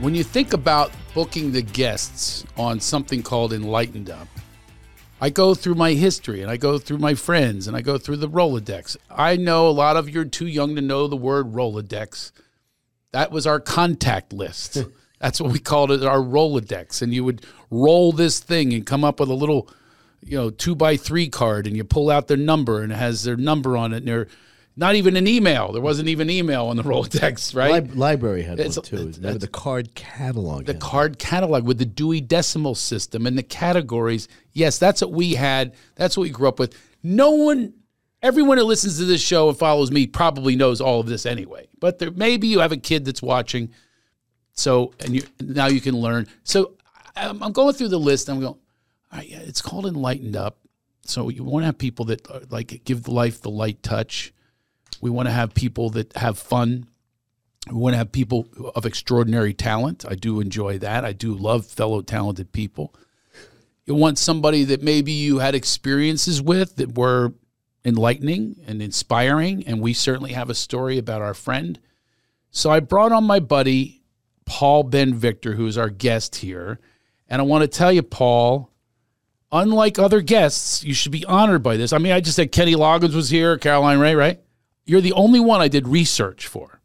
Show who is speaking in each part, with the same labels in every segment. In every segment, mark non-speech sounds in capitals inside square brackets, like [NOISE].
Speaker 1: When you think about booking the guests on something called Enlightened Up, I go through my history and I go through my friends and I go through the Rolodex. I know a lot of you're too young to know the word Rolodex. That was our contact list. That's what we called it, our Rolodex. And you would roll this thing and come up with a little, you know, two by three card and you pull out their number and it has their number on it and they're not even an email. There wasn't even email on the [LAUGHS] Rolodex, right?
Speaker 2: Lib- library had
Speaker 1: It's-
Speaker 2: one too.
Speaker 1: it's-
Speaker 2: Remember the card catalog.
Speaker 1: the card catalog with the Dewey Decimal System and the categories. Yes, that's what we had. That's what we grew up with. No one, everyone that listens to this show and follows me probably knows all of this anyway. But there, maybe you have a kid that's watching. So, and you now you can learn. So, I'm, I'm going through the list. I'm going, all right, yeah, it's called Enlightened Up. So, you want to have people that uh, like give the life the light touch. We want to have people that have fun. We want to have people of extraordinary talent. I do enjoy that. I do love fellow talented people. You want somebody that maybe you had experiences with that were enlightening and inspiring. And we certainly have a story about our friend. So I brought on my buddy, Paul Ben Victor, who is our guest here. And I want to tell you, Paul, unlike other guests, you should be honored by this. I mean, I just said Kenny Loggins was here, Caroline Ray, right? You're the only one I did research for.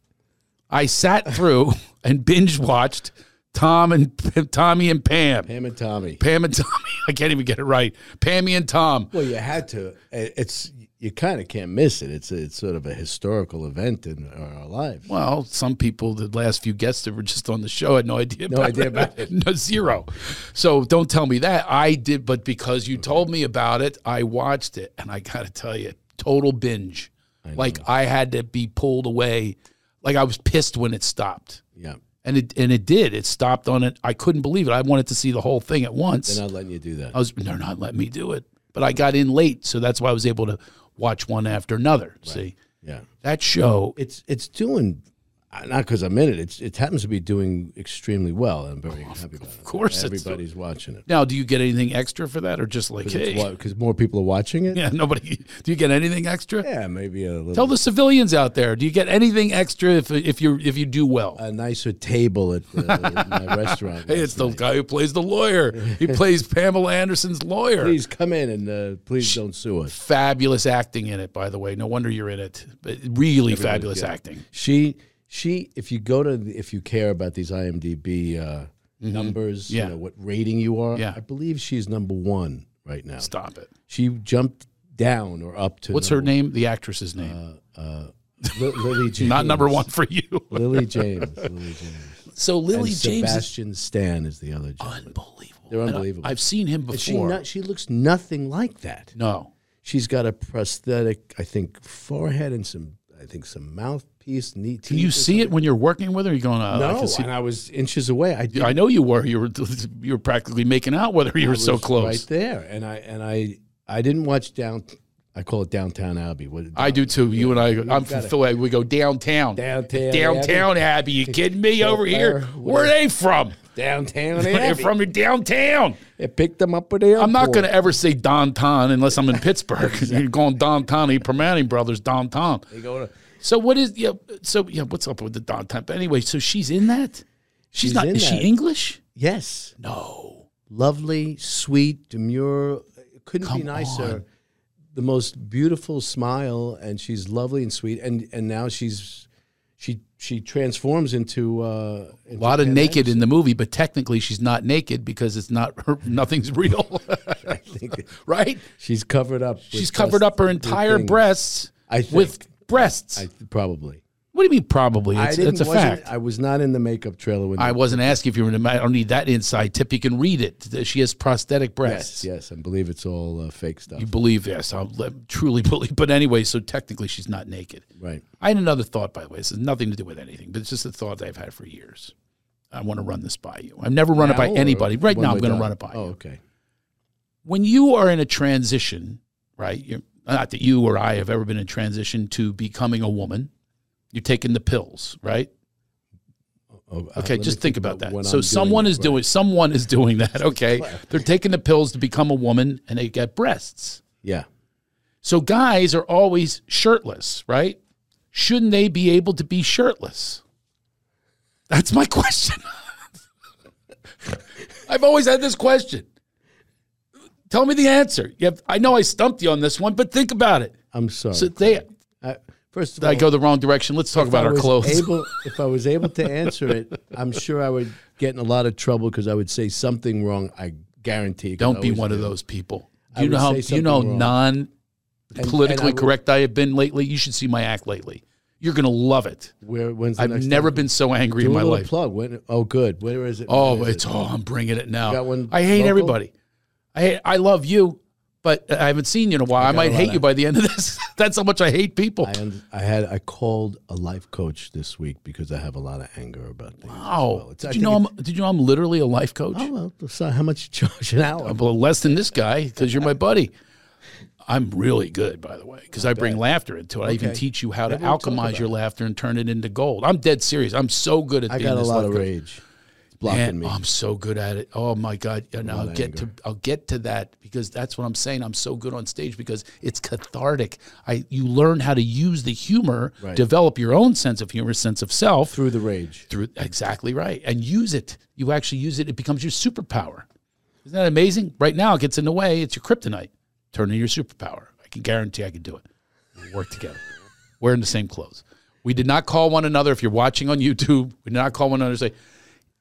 Speaker 1: I sat through [LAUGHS] and binge watched Tom and Tommy and Pam.
Speaker 2: Pam and Tommy.
Speaker 1: Pam and Tommy. [LAUGHS] I can't even get it right. Pammy and Tom.
Speaker 2: Well, you had to. It- It's you kind of can't miss it. It's it's sort of a historical event in our lives.
Speaker 1: Well, some people, the last few guests that were just on the show had no idea.
Speaker 2: No idea about it.
Speaker 1: [LAUGHS] no zero. So don't tell me that I did, but because you told me about it, I watched it, and I got to tell you, total binge. like I had to be pulled away. Like I was pissed when it stopped,
Speaker 2: Yeah,
Speaker 1: and it and it did. It stopped on it. I couldn't believe it. I wanted to see the whole thing at once.
Speaker 2: they're not letting you do that.
Speaker 1: I was they're not letting me do it. But I got in late, so that's why I was able to watch one after another. See
Speaker 2: Yeah,
Speaker 1: that show?
Speaker 2: it's it's doing uh, not because I'm in it. It's it happens to be doing extremely well. I'm very happy about it. Of
Speaker 1: course it's-
Speaker 2: everybody's watching it.
Speaker 1: Now, do you get anything extra for that, or just like hey,
Speaker 2: Because more people are watching
Speaker 1: [LAUGHS]
Speaker 2: it.
Speaker 1: yeah, nobody? Do you get anything extra?
Speaker 2: Yeah, maybe a little
Speaker 1: Tell the civilians out there, do you get anything extra if if you if you do well?
Speaker 2: a nicer table at the,
Speaker 1: [LAUGHS]
Speaker 2: my restaurant.
Speaker 1: hey,
Speaker 2: last
Speaker 1: it's the
Speaker 2: night.
Speaker 1: guy who plays the lawyer.
Speaker 2: [LAUGHS]
Speaker 1: He plays Pamela Anderson's lawyer.
Speaker 2: Please come in and uh, please don't sue us.
Speaker 1: Fabulous acting in it, by the way. No wonder you're in it. But really fabulous
Speaker 2: good.
Speaker 1: acting.
Speaker 2: She she if you go to the- if you care about these IMDb uh, numbers,
Speaker 1: Mm-hmm. Yeah.
Speaker 2: you know what rating you are.
Speaker 1: Yeah.
Speaker 2: I believe she's number one right now.
Speaker 1: Stop it.
Speaker 2: She jumped down or up to
Speaker 1: What's her name? The actress's name.
Speaker 2: her name? Lily Uh,
Speaker 1: [LAUGHS]
Speaker 2: James.
Speaker 1: Not number one for you.
Speaker 2: Lily James. Lily James.
Speaker 1: [LAUGHS] So Lily
Speaker 2: And
Speaker 1: James is Oh,
Speaker 2: Sebastian Stan is the other. James.
Speaker 1: unbelievable.
Speaker 2: They're
Speaker 1: And I-
Speaker 2: unbelievable.
Speaker 1: I've seen him before.
Speaker 2: And she not, she looks nothing like that.
Speaker 1: no.
Speaker 2: She's got a prosthetic, I think, forehead and some, I think, some mouthpiece. Neat.
Speaker 1: Can you see it when you're working with her? You're going, oh, I
Speaker 2: No,
Speaker 1: can see.
Speaker 2: and I was inches away. I did
Speaker 1: I know you were. You were [LAUGHS] you were practically making out with her. You were so
Speaker 2: was
Speaker 1: close.
Speaker 2: right there and i and i i didn't watch down i call it downtown abbey what
Speaker 1: I do too. You and I. I'm from Philly. We go downtown.
Speaker 2: Downtown
Speaker 1: Downtown Abbey. You kidding me? Over here.
Speaker 2: Whatever.
Speaker 1: Where are they from? [LAUGHS]
Speaker 2: downtown
Speaker 1: They're
Speaker 2: abbey
Speaker 1: from your downtown.
Speaker 2: it picked them up at the
Speaker 1: I'm not going to ever say downtown unless I'm in
Speaker 2: [LAUGHS]
Speaker 1: Pittsburgh. You're going downtown. You Permane brothers downtown.
Speaker 2: go to
Speaker 1: So what is yeah? So yeah, what's up with the downtown? But anyway, so she's in that. She's,
Speaker 2: She's
Speaker 1: not.
Speaker 2: in
Speaker 1: Is
Speaker 2: that.
Speaker 1: she English?
Speaker 2: yes
Speaker 1: No.
Speaker 2: lovely sweet demure It couldn't be nicer the most beautiful smile and she's lovely and sweet and and now she's she she transforms into uh
Speaker 1: A lot of naked in the movie, but technically she's not naked because it's not her, [LAUGHS] nothing's real,
Speaker 2: [LAUGHS]
Speaker 1: [LAUGHS]
Speaker 2: i think
Speaker 1: right?
Speaker 2: she's covered up with
Speaker 1: She's covered up her
Speaker 2: plastic-
Speaker 1: entire
Speaker 2: things.
Speaker 1: breasts
Speaker 2: I think.
Speaker 1: with breasts.
Speaker 2: I, probably
Speaker 1: what do you mean probably? It's, it's a
Speaker 2: wasn't-
Speaker 1: fact.
Speaker 2: I was not in the makeup trailer when
Speaker 1: I wasn't asking if you were. in the- I don't need that inside tip. You can read it. She has prosthetic breasts.
Speaker 2: yes, yes, and believe it's all uh, fake stuff.
Speaker 1: You believe yes? I truly [LAUGHS] believe. But anyway, so technically she's not naked.
Speaker 2: right.
Speaker 1: I had another thought, by the way. This has nothing to do with anything, but it's just a thought that I've had for years. I want to run this by you. I've never run it by
Speaker 2: Now or
Speaker 1: anybody. Right
Speaker 2: when
Speaker 1: now, I'm
Speaker 2: we're
Speaker 1: going to
Speaker 2: done?
Speaker 1: run it by
Speaker 2: Oh,
Speaker 1: you.
Speaker 2: okay.
Speaker 1: When you are in a transition, right? You're, not that you or I have ever been in transition to becoming a woman. You're taking the pills, right?
Speaker 2: Oh, uh,
Speaker 1: Okay,
Speaker 2: let
Speaker 1: just
Speaker 2: me
Speaker 1: think about that.
Speaker 2: when I'm
Speaker 1: So
Speaker 2: doing
Speaker 1: someone
Speaker 2: it,
Speaker 1: is
Speaker 2: right.
Speaker 1: doing someone is doing that. Okay, they're taking the pills to become a woman, and they get breasts.
Speaker 2: Yeah,
Speaker 1: So guys are always shirtless, right? Shouldn't they be able to be shirtless? That's my [LAUGHS] question. I've always had this question. Tell me the answer. You have, I know I stumped you on this one, but think about it.
Speaker 2: I'm sorry.
Speaker 1: So they,
Speaker 2: I, first of all,
Speaker 1: I go the wrong direction. Let's talk
Speaker 2: if
Speaker 1: about
Speaker 2: I
Speaker 1: our
Speaker 2: was
Speaker 1: clothes.
Speaker 2: able- if I was able to answer it, I'm sure I would get in a lot of trouble because I would say something wrong. I guarantee. 'cause
Speaker 1: [LAUGHS]
Speaker 2: I
Speaker 1: Don't be
Speaker 2: always
Speaker 1: one of
Speaker 2: do.
Speaker 1: those people.
Speaker 2: I
Speaker 1: You know
Speaker 2: would
Speaker 1: how
Speaker 2: say
Speaker 1: you know
Speaker 2: something wrong.
Speaker 1: non
Speaker 2: and I
Speaker 1: politically
Speaker 2: would-
Speaker 1: correct I have been lately. You should see my act lately. You're gonna love it.
Speaker 2: [LAUGHS] Where? When's the
Speaker 1: I've
Speaker 2: next
Speaker 1: never
Speaker 2: time?
Speaker 1: been so angry
Speaker 2: Do
Speaker 1: in
Speaker 2: a
Speaker 1: my
Speaker 2: little
Speaker 1: life.
Speaker 2: Plug. When, oh, good. Where is it?
Speaker 1: Oh,
Speaker 2: Where is
Speaker 1: it's
Speaker 2: it?
Speaker 1: oh, I'm bringing it now.
Speaker 2: got one
Speaker 1: I hate
Speaker 2: local?
Speaker 1: everybody. I hate, I love you, but I haven't seen you in a while. I
Speaker 2: got
Speaker 1: might
Speaker 2: a
Speaker 1: hate
Speaker 2: lot
Speaker 1: you
Speaker 2: of-
Speaker 1: by the end of this. [LAUGHS] That's how much I hate people.
Speaker 2: I, un- I had I called a life coach this week because I have a lot of anger about things.
Speaker 1: oh,
Speaker 2: well, it's- I
Speaker 1: did you
Speaker 2: think
Speaker 1: know I'm did you know I'm literally a life coach?
Speaker 2: Oh well, so how much you charge an hour?
Speaker 1: I'm a little less than this guy because you're my buddy. I'm really good, by the way, because I bring laughter into it. I even
Speaker 2: Okay.
Speaker 1: teach you how to
Speaker 2: Maybe we'll talk
Speaker 1: alchemize
Speaker 2: about
Speaker 1: your laughter and turn it into gold. I'm dead serious. I'm so good at.
Speaker 2: I
Speaker 1: being
Speaker 2: got a
Speaker 1: this
Speaker 2: lot
Speaker 1: life
Speaker 2: of
Speaker 1: coach.
Speaker 2: rage. It's blocking
Speaker 1: And
Speaker 2: me.
Speaker 1: oh, I'm so good at it. Oh my god! And I'll get to I'll get to that because that's what I'm saying. I'm so good on stage because it's cathartic. I you learn how to use the humor,
Speaker 2: Right.
Speaker 1: develop your own sense of humor, sense of self
Speaker 2: through the rage.
Speaker 1: through exactly right and use it you actually use it it becomes your superpower isn't that amazing right now it gets in the way it's your kryptonite turn in your superpower i can guarantee i can do it we'll work together we're in the same clothes we did not call one another if you're watching on youtube we did not call one another and say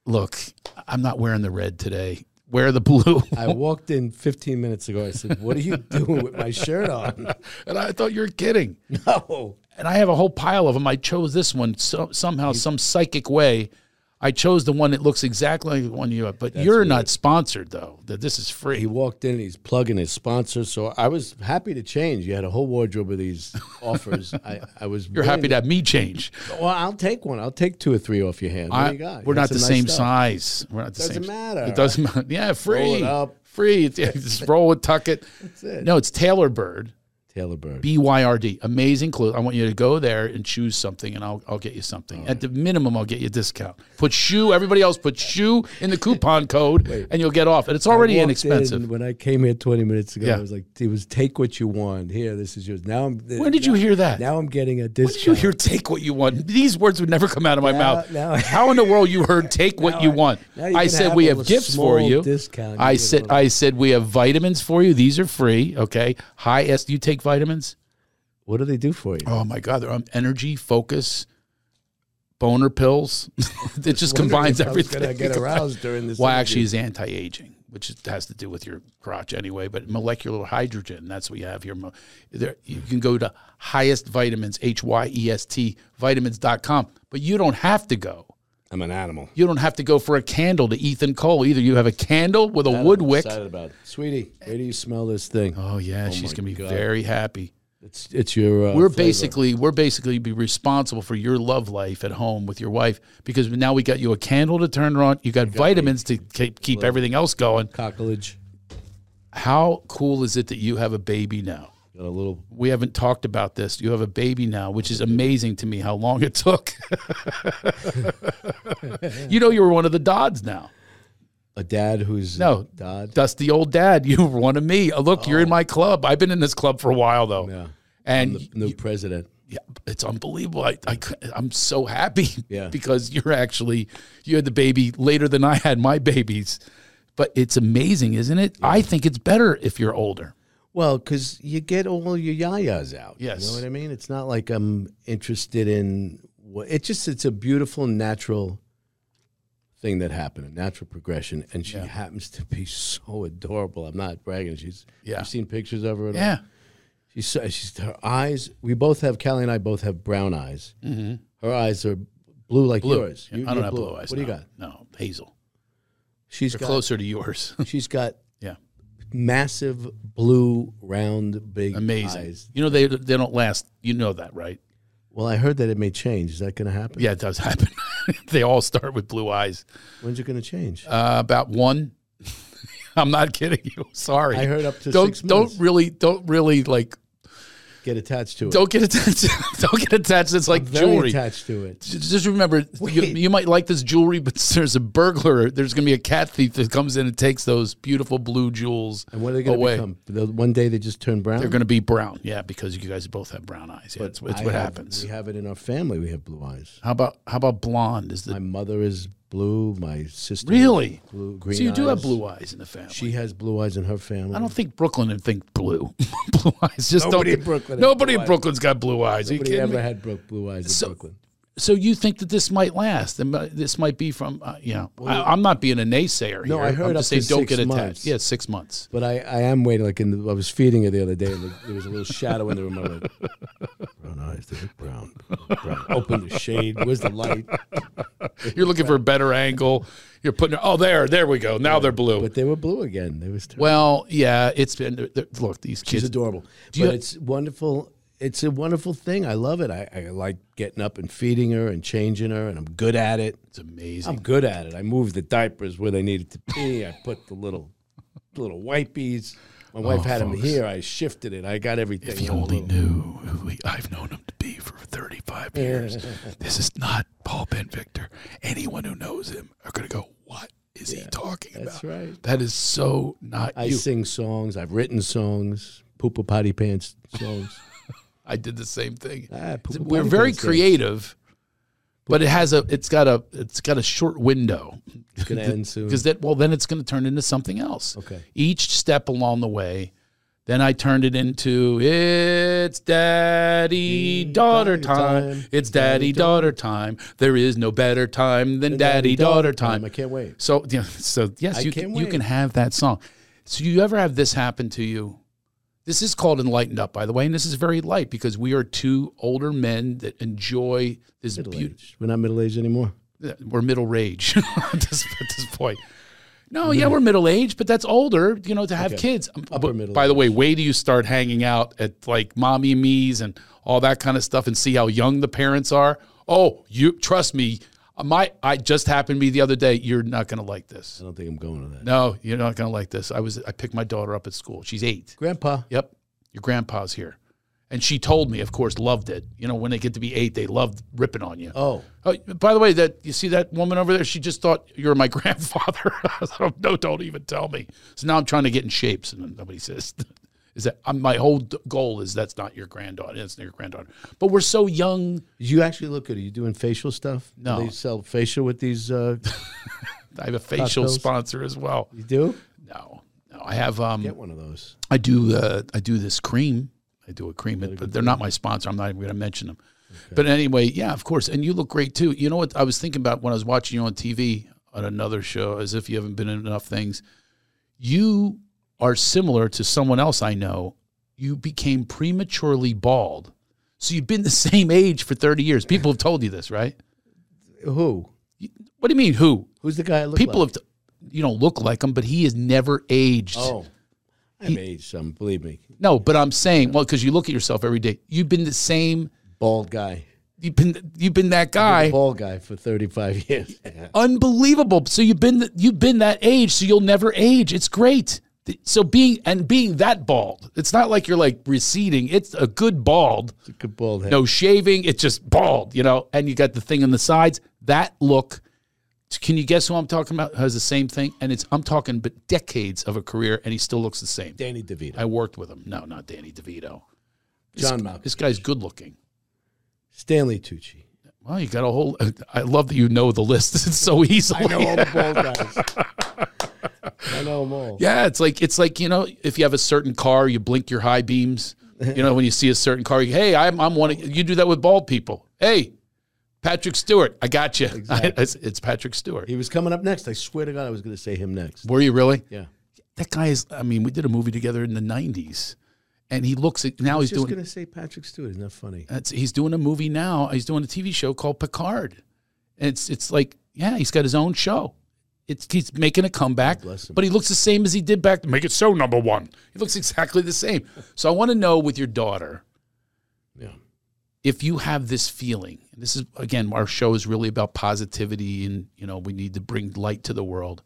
Speaker 1: look i'm not wearing the red today wear the blue [LAUGHS]
Speaker 2: I walked in 15 minutes ago. I said, "What are [LAUGHS] you doing with my shirt on?"
Speaker 1: and i thought you were kidding
Speaker 2: [LAUGHS] No.
Speaker 1: and I have a whole pile of them. I chose this one so, somehow, some psychic way. I chose the one that looks exactly like the one you have, but you're not sponsored though. That this is
Speaker 2: He
Speaker 1: free.
Speaker 2: walked in. He's plugging his sponsor. So I was happy to change. You had a whole wardrobe
Speaker 1: [LAUGHS]
Speaker 2: of these offers. I, I was.
Speaker 1: You're happy to have me change.
Speaker 2: Well, I'll take one. I'll take two or three off your hand. What
Speaker 1: I-
Speaker 2: do you got?
Speaker 1: we're
Speaker 2: You got
Speaker 1: not the
Speaker 2: some nice
Speaker 1: same
Speaker 2: stuff.
Speaker 1: size. We're not the
Speaker 2: Doesn't
Speaker 1: same.
Speaker 2: matter.
Speaker 1: It doesn't matter. [LAUGHS] Yeah, free.
Speaker 2: Roll it up.
Speaker 1: Free. [LAUGHS] It's, yeah, just roll it, tuck it. That's
Speaker 2: it.
Speaker 1: No, it's Taylor Bird.
Speaker 2: Taylor Bird.
Speaker 1: B Y R D. Amazing clothes. I want you to go there and choose something, and I'll, I'll get you something. At the minimum, I'll get you a discount. Put shoe. Everybody else put shoe in the coupon code, and you'll get off. And it's already
Speaker 2: walked
Speaker 1: inexpensive.
Speaker 2: in when I came here 20 minutes ago,
Speaker 1: Yeah.
Speaker 2: I was like, it was take what you want. Here, this is yours. Now I'm.
Speaker 1: When did you hear that?
Speaker 2: Now I'm getting a
Speaker 1: When did you
Speaker 2: discount.
Speaker 1: hear "take what you want"? These words would never come out of my mouth.
Speaker 2: now-
Speaker 1: How in the world you heard "take what you
Speaker 2: I-
Speaker 1: want"?
Speaker 2: now you
Speaker 1: I
Speaker 2: can
Speaker 1: said
Speaker 2: have
Speaker 1: we
Speaker 2: a
Speaker 1: have
Speaker 2: little
Speaker 1: gifts for
Speaker 2: small
Speaker 1: you.
Speaker 2: discount. You
Speaker 1: I
Speaker 2: get a
Speaker 1: said
Speaker 2: little-
Speaker 1: I said we have vitamins for you. These are free. Okay. High S. Do you take vitamins?
Speaker 2: What do they do for you?
Speaker 1: Oh my God, they're um, energy, focus, boner
Speaker 2: [LAUGHS]
Speaker 1: pills. it just combines everything.
Speaker 2: I
Speaker 1: [LAUGHS]
Speaker 2: get aroused during this.
Speaker 1: well, actually, is anti aging, which is- has to do with your crotch anyway. But molecular hydrogen, that's what you have here. Mo- There, you can go to highest vitamins, H Y E S T vitamins.com, but you don't have to go.
Speaker 2: I'm an animal.
Speaker 1: You don't have to go for a candle to Ethan Cole either. You have a candle with a wood wick.
Speaker 2: Excited about it. Sweetie, where do you smell this thing?
Speaker 1: Oh yeah, she's gonna be very happy.
Speaker 2: It's it's your. Uh,
Speaker 1: we're
Speaker 2: flavor.
Speaker 1: basically we're basically be responsible for your love life at home with your wife because now we got you a candle to turn on you got vitamins to keep, keep everything else going
Speaker 2: cockledge.
Speaker 1: how cool is it that you have a baby now
Speaker 2: Got a little.
Speaker 1: we haven't talked about this you have a baby now which is amazing to me how long it took [LAUGHS] you know you were one of the dodds now
Speaker 2: A dad who's
Speaker 1: No.
Speaker 2: Dad.
Speaker 1: dusty old dad [LAUGHS] you were one of me Oh, look you're in my club i've been in this club for a while though
Speaker 2: Yeah.
Speaker 1: and
Speaker 2: New president.
Speaker 1: yeah, it's unbelievable. I, I am so happy [LAUGHS]
Speaker 2: Yeah.
Speaker 1: because you're actually you had the baby later than I had my babies. But it's amazing, isn't it? I think it's better if you're older.
Speaker 2: Well, because you get all your yayas out.
Speaker 1: Yes.
Speaker 2: You know what I mean? It's not like I'm interested in what it just it's a beautiful natural thing that happened, a natural progression. And she happens to be so adorable. I'm not bragging. She's
Speaker 1: Yeah.
Speaker 2: you've seen pictures of her at all?
Speaker 1: Yeah.
Speaker 2: She's so, she's her eyes. We both have Callie and I both have brown eyes. Mm-hmm. Her eyes are blue like yours. You-
Speaker 1: I don't
Speaker 2: you're
Speaker 1: have blue eyes.
Speaker 2: What do you
Speaker 1: no.
Speaker 2: got?
Speaker 1: No, hazel.
Speaker 2: She's
Speaker 1: They're
Speaker 2: got
Speaker 1: closer to yours. [LAUGHS]
Speaker 2: she's got
Speaker 1: yeah.
Speaker 2: massive blue round big
Speaker 1: Amazing.
Speaker 2: eyes.
Speaker 1: You know they they don't last. You know that, right?
Speaker 2: Well, I heard that it may change. Is that going to happen?
Speaker 1: Yeah, it does happen. [LAUGHS] they all start with blue eyes.
Speaker 2: When's it going to change?
Speaker 1: Uh, about one. [LAUGHS] I'm not kidding you. Sorry.
Speaker 2: I heard up to
Speaker 1: don't
Speaker 2: six
Speaker 1: don't
Speaker 2: months.
Speaker 1: really don't really like
Speaker 2: Get attached to it.
Speaker 1: don't get attached. [LAUGHS] don't get attached. It's like
Speaker 2: Very
Speaker 1: jewelry.
Speaker 2: attached to it.
Speaker 1: J- Just remember, you,
Speaker 2: Wait.
Speaker 1: you might like this jewelry, but [LAUGHS] there's a burglar. There's going to be a cat thief that comes in and takes those beautiful blue jewels.
Speaker 2: And what are they going to
Speaker 1: away.
Speaker 2: become? The- One day they just turn brown.
Speaker 1: They're going to be brown, yeah, because you guys both have brown eyes. Yeah, it's, it's
Speaker 2: I
Speaker 1: what
Speaker 2: have-
Speaker 1: happens.
Speaker 2: We have it in our family. We have blue eyes.
Speaker 1: How about how about blonde? Is the
Speaker 2: My mother is blue. My sister
Speaker 1: Really?
Speaker 2: blue green.
Speaker 1: so you do have
Speaker 2: eyes.
Speaker 1: blue eyes in the family.
Speaker 2: She has blue eyes in her family.
Speaker 1: I don't think Brooklyn would think blue. [LAUGHS] blue eyes. Just
Speaker 2: Nobody
Speaker 1: don't,
Speaker 2: in Brooklyn had
Speaker 1: Nobody in
Speaker 2: blue eyes.
Speaker 1: Brooklyn's got blue eyes. Are you
Speaker 2: Nobody
Speaker 1: kidding
Speaker 2: ever
Speaker 1: me?
Speaker 2: had brook blue eyes in Brooklyn.
Speaker 1: So you think that this might last? And mi- this might be from uh, yeah. I, I'm not being a naysayer
Speaker 2: No,
Speaker 1: here.
Speaker 2: I
Speaker 1: am
Speaker 2: heard up
Speaker 1: just
Speaker 2: to
Speaker 1: saying don't
Speaker 2: six
Speaker 1: get attached.
Speaker 2: months.
Speaker 1: Yeah, six months.
Speaker 2: But I, I am waiting. Like in the, I was feeding her the other day, and the, there was a little shadow in the
Speaker 1: [LAUGHS]
Speaker 2: room. I'm like, brown eyes, they look brown. brown. Open the shade. Where's the light?
Speaker 1: You're looking for a better angle. You're putting oh there there we go. Now they're blue.
Speaker 2: But they were blue again. They was terrible.
Speaker 1: well, yeah, it's been they're- they're- look these
Speaker 2: She's
Speaker 1: kids.
Speaker 2: adorable. But
Speaker 1: you-
Speaker 2: it's wonderful. It's a wonderful thing. I love it. I, I like getting up and feeding her and changing her, and I'm good at it.
Speaker 1: it's amazing.
Speaker 2: I'm good at it. I move the diapers where they needed to be. I put the little little wipies. My wife had them here. I shifted it. I got everything.
Speaker 1: Oh, If you only knew who we, I've known him to be for 35 years. this is not Paul Ben Victor. Anyone who knows him are going to go, what is he talking
Speaker 2: That's
Speaker 1: about?
Speaker 2: right.
Speaker 1: That is so not
Speaker 2: I
Speaker 1: you.
Speaker 2: sing songs. I've written songs. Poopa potty pants songs.
Speaker 1: I did the same thing.
Speaker 2: Ah, poop-
Speaker 1: We're
Speaker 2: potty
Speaker 1: very
Speaker 2: pants, yeah.
Speaker 1: creative, but it has a it's got a it's got a short window
Speaker 2: It's gonna
Speaker 1: [LAUGHS]
Speaker 2: end soon.
Speaker 1: because that well then it's going to turn into something else.
Speaker 2: Okay.
Speaker 1: Each step along the way, then I turned it into it's daddy daughter
Speaker 2: daddy
Speaker 1: time.
Speaker 2: time.
Speaker 1: It's daddy daughter time. There is no better time than daddy daughter time.
Speaker 2: I can't wait.
Speaker 1: So [LAUGHS] yeah, so yes,
Speaker 2: I
Speaker 1: you
Speaker 2: can't
Speaker 1: can, you
Speaker 2: wait.
Speaker 1: can have that song. So you ever have this happen to you? This is called enlightened up, by the way, and this is very light because we are two older men that enjoy this
Speaker 2: Middle
Speaker 1: beauty.
Speaker 2: age. We're not middle aged anymore.
Speaker 1: We're middle age [LAUGHS] at, this, at this point. No, yeah, we're middle aged, but that's older, you know, to have kids. Um,
Speaker 2: Upper
Speaker 1: but
Speaker 2: middle
Speaker 1: by the way, way do you start hanging out at like mommy and me's and all that kind of stuff and see how young the parents are? Oh, you trust me. uh, My, I just happened to me the other day. You're not going to like this.
Speaker 2: I don't think I'm going to that.
Speaker 1: No, you're not gonna like this. I was I picked my daughter up at school. She's eight.
Speaker 2: Grandpa.
Speaker 1: Yep. Your grandpa's here. And she told me, of course, loved it. You know, when they get to be eight, they love ripping on you.
Speaker 2: Oh,
Speaker 1: Oh, by the way, that you see that woman over there? She just thought you're my [LAUGHS] grandfather. I was like, no, don't even tell me. So now I'm trying to get in shapes, and nobody says [LAUGHS] is that I'm, my whole d- goal is that's not your granddaughter. It's not your granddaughter. But we're so young.
Speaker 2: you actually look good. Are you doing facial stuff? Do
Speaker 1: No.
Speaker 2: They sell facial with these. Uh,
Speaker 1: I have a facial
Speaker 2: Cocktails.
Speaker 1: sponsor as well. [LAUGHS]
Speaker 2: you do?
Speaker 1: No, no, I have um.
Speaker 2: Get one of those.
Speaker 1: I do uh, I do this cream. I do a cream, but but they're not my sponsor. I'm not even going to mention them. But anyway, yeah, of course. And you look great too. You know what I was thinking about when I was watching you on TV on another show, as if you haven't been in enough things. You are similar to someone else I know. You became prematurely bald. So you've been the [LAUGHS] same age for 30 years. People have told you this, right?
Speaker 2: Who?
Speaker 1: What do you mean who?
Speaker 2: Who's the guy I look
Speaker 1: People
Speaker 2: like?
Speaker 1: have t- you don't look like him, but he has never aged.
Speaker 2: Oh, I've aged some. Believe me,
Speaker 1: No, but I'm saying, well, because you look at yourself every day. You've been the same.
Speaker 2: bald guy,
Speaker 1: You've been you've been that guy.
Speaker 2: bald guy for thirty-five [LAUGHS] years.
Speaker 1: Unbelievable. So you've been th- you've been that age. So you'll never age. It's great. Th- So being and being that bald, it's not like you're like receding. It's a good bald.
Speaker 2: Good bald head.
Speaker 1: No shaving. It's just bald. You know. And you got the thing on the sides. That look. Can you guess who I'm talking about? Has the same thing, and it's I'm talking but decades of a career, and he still looks the same.
Speaker 2: Danny DeVito,
Speaker 1: I worked with him. No, not Danny DeVito.
Speaker 2: John Malkovich,
Speaker 1: This guy's good looking.
Speaker 2: Stanley Tucci.
Speaker 1: Well, you got a whole. I love that you know the list [LAUGHS] so easily.
Speaker 2: all the bald guys.
Speaker 1: [LAUGHS]
Speaker 2: I know them all.
Speaker 1: Yeah, it's like it's like you know, if you have a certain car, you blink your high beams. You know, when you see a certain car, you, hey, I'm I'm one. Of, you do that with bald people. Hey, Patrick Stewart, I got you. [LAUGHS] it's, it's Patrick Stewart.
Speaker 2: He was coming up next. I swear to God, I was going to say him next.
Speaker 1: Were you really?
Speaker 2: Yeah,
Speaker 1: That guy is. I mean, we did a movie together in the '90s, and he looks. at- Now Oh, he's
Speaker 2: just
Speaker 1: doing.
Speaker 2: going to say Patrick Stewart. Isn't that funny?
Speaker 1: That's, he's doing a movie now. He's doing a TV show called Picard. And it's it's like yeah, he's got his own show. It's he's making a comeback,
Speaker 2: bless him.
Speaker 1: but he looks the same as he did back. Make it so number one. He looks exactly the same. So I want to know with your daughter
Speaker 2: Yeah.
Speaker 1: if you have this feeling. And this is again, our show is really about positivity, and you know we need to bring light to the world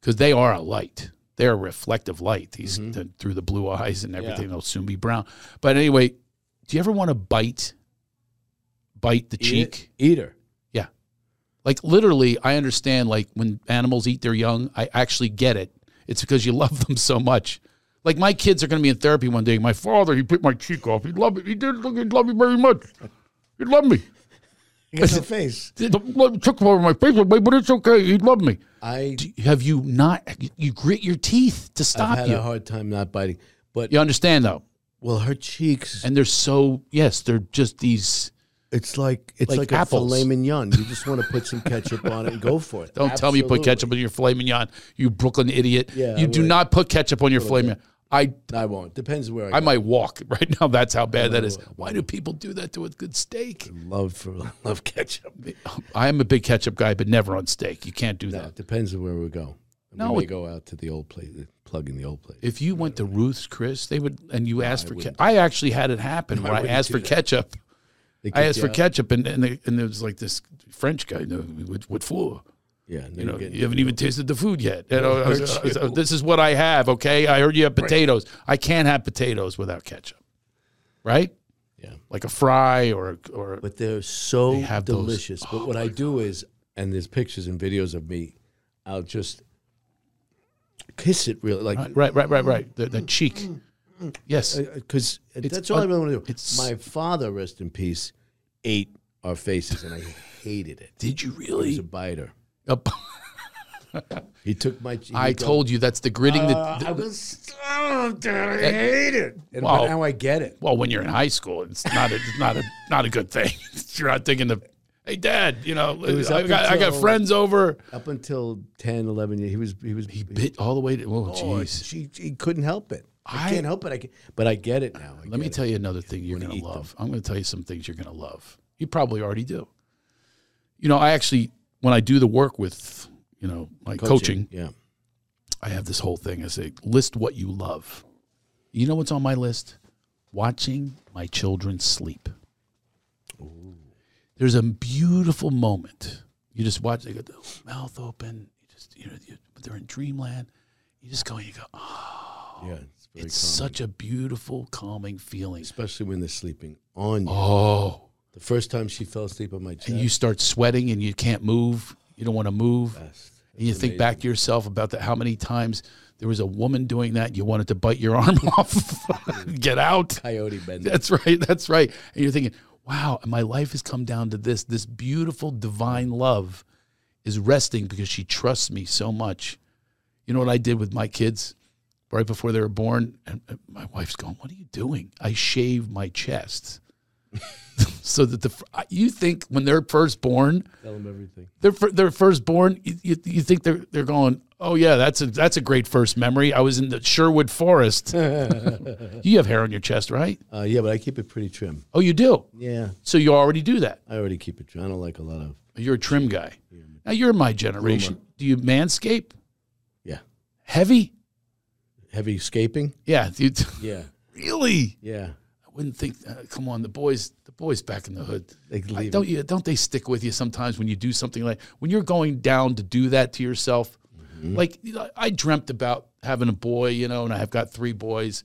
Speaker 1: because they are a light. They're a reflective light. These th- through the blue eyes and everything. They'll soon be brown. But anyway, do you ever want to bite, bite the cheek?
Speaker 2: Eater.
Speaker 1: Yeah, like literally. I understand. Like when animals eat their young, I actually get it. It's because you [LAUGHS] love them so much. Like my kids are going to be in therapy one day. My father, he bit my cheek off. He loved me. He did. He loved me very much. He loved me.
Speaker 2: Because her face.
Speaker 1: The blood took over my face, but it's okay. He loved me.
Speaker 2: I
Speaker 1: Do- Have you not? You grit your teeth to
Speaker 2: I've
Speaker 1: stop
Speaker 2: had
Speaker 1: you.
Speaker 2: a hard time not biting. But
Speaker 1: You understand though,
Speaker 2: well, her cheeks.
Speaker 1: and they're so yes, they're just these.
Speaker 2: It's like it's
Speaker 1: Like
Speaker 2: like,
Speaker 1: apples.
Speaker 2: a filet mignon. You just want to put some ketchup on it and go for
Speaker 1: [LAUGHS]
Speaker 2: it.
Speaker 1: Don't tell me you put
Speaker 2: Absolutely.
Speaker 1: ketchup on your filet mignon, you Brooklyn idiot.
Speaker 2: Yeah,
Speaker 1: you
Speaker 2: I
Speaker 1: do
Speaker 2: would.
Speaker 1: not put ketchup on your filet mignon. I
Speaker 2: I won't. Depends where I,
Speaker 1: I
Speaker 2: go.
Speaker 1: might walk [LAUGHS] right now. That's how bad that is. Why do people do that to a good steak?
Speaker 2: love for [LAUGHS] love ketchup.
Speaker 1: I am a big ketchup guy, but never on steak. You can't do
Speaker 2: No,
Speaker 1: that.
Speaker 2: it depends on where we go.
Speaker 1: No,
Speaker 2: we may
Speaker 1: it-
Speaker 2: go out to the old place, plug in the old place.
Speaker 1: If you went to Ruth's, Chris, they would, and you asked for. Ke- I actually had it
Speaker 2: [LAUGHS]
Speaker 1: happen where I,
Speaker 2: wouldn't
Speaker 1: asked
Speaker 2: do
Speaker 1: for
Speaker 2: that.
Speaker 1: ketchup.
Speaker 2: They
Speaker 1: I
Speaker 2: kick
Speaker 1: asked
Speaker 2: you
Speaker 1: for
Speaker 2: out.
Speaker 1: ketchup, and and, they, and there was like this French guy. No, what, what for?
Speaker 2: Yeah, no,
Speaker 1: You know,
Speaker 2: you're getting-
Speaker 1: you haven't even tasted the food yet. You know, I was-
Speaker 2: [LAUGHS] hurt
Speaker 1: I was-
Speaker 2: you.
Speaker 1: this is what I have. Okay, I heard you have potatoes. I can't have potatoes without ketchup, right?
Speaker 2: Yeah.
Speaker 1: like a fry or or
Speaker 2: but they're so
Speaker 1: have those-
Speaker 2: delicious. but what I
Speaker 1: [SIGHS]
Speaker 2: do is, and there's pictures and videos of me, I'll just kiss it really, like
Speaker 1: right, right, right, right. The, the cheek. Yes,
Speaker 2: because that's all I
Speaker 1: un-
Speaker 2: really want to do.
Speaker 1: it's-
Speaker 2: My father, rest in peace, ate our faces, and I hated it.
Speaker 1: did you
Speaker 2: He's a
Speaker 1: really?
Speaker 2: biter.
Speaker 1: Up-
Speaker 2: He took my. he
Speaker 1: I
Speaker 2: would go,
Speaker 1: told you that's the gritting.
Speaker 2: "Uh,
Speaker 1: that
Speaker 2: I was. Oh, Dad, I hate it. And,
Speaker 1: Wow.
Speaker 2: But now I get it.
Speaker 1: well, when you're in high school, it's not a, it's not a not a good thing. [LAUGHS] you're not thinking of, hey, Dad, you know,
Speaker 2: was
Speaker 1: I
Speaker 2: up
Speaker 1: got I got
Speaker 2: until-
Speaker 1: friends over.
Speaker 2: Up until 10, 11 years, he was. He was.
Speaker 1: He bit all the way to. Oh,
Speaker 2: oh,
Speaker 1: jeez.
Speaker 2: she, he couldn't help it. I,
Speaker 1: I-
Speaker 2: can't help it. I can, but I get it now. I
Speaker 1: Let me
Speaker 2: get
Speaker 1: tell you another thing you're going to love. I'm going to tell you some things you're going to love. You probably already do. You know, I actually, when I do the work with, you know, my
Speaker 2: it.
Speaker 1: coaching,
Speaker 2: Yeah.
Speaker 1: I have this whole thing. I say, list what you love. You know what's on my list? Watching my children sleep. There's a beautiful moment. You just watch. They got the mouth open. You just, you know, you, they're in dreamland. You just go and you go. Oh,
Speaker 2: Yeah. It's very
Speaker 1: it's
Speaker 2: calming.
Speaker 1: such a beautiful, calming feeling.
Speaker 2: especially when they're sleeping on you.
Speaker 1: Oh,
Speaker 2: The first time she fell asleep on my chest.
Speaker 1: and you start sweating and you can't move. You don't want to move. And you think back to yourself about that how many times there was a woman doing that. You wanted to bite your [LAUGHS] arm
Speaker 2: [LAUGHS]
Speaker 1: off, get out.
Speaker 2: Coyote
Speaker 1: [LAUGHS]
Speaker 2: Bend.
Speaker 1: That's right. That's right. And you're thinking, wow, my life has come down to this. This beautiful divine love is resting because she trusts me so much. You know what I did with my kids right before they were born? And and my wife's going, what are you doing? I shaved my chest. [LAUGHS] so that the fir- you think when they're first born
Speaker 2: Tell them everything.
Speaker 1: their fir- their firstborn, you, you, you think they're they're going, oh yeah, that's a that's a great first memory. I was in the Sherwood Forest. [LAUGHS] you have hair on your chest, right?
Speaker 2: Uh, yeah, but I keep it pretty trim.
Speaker 1: Oh, you do.
Speaker 2: Yeah,
Speaker 1: So you already do that.
Speaker 2: I already keep it trim. I don't like a lot of.
Speaker 1: You're a trim guy. Now you're my generation. Do you manscape?
Speaker 2: Yeah,
Speaker 1: Heavy?
Speaker 2: heavy scaping.
Speaker 1: Yeah. Do you
Speaker 2: Yeah,
Speaker 1: [LAUGHS] really?
Speaker 2: yeah.
Speaker 1: I wouldn't think. Uh, come on, the boys. The boys back in the hood.
Speaker 2: They
Speaker 1: I-
Speaker 2: leave.
Speaker 1: don't you don't they stick with you sometimes when you do something like when you're going down to do that to yourself
Speaker 2: Mm-hmm.
Speaker 1: like you know, i dreamt about having a boy you know and i've got three boys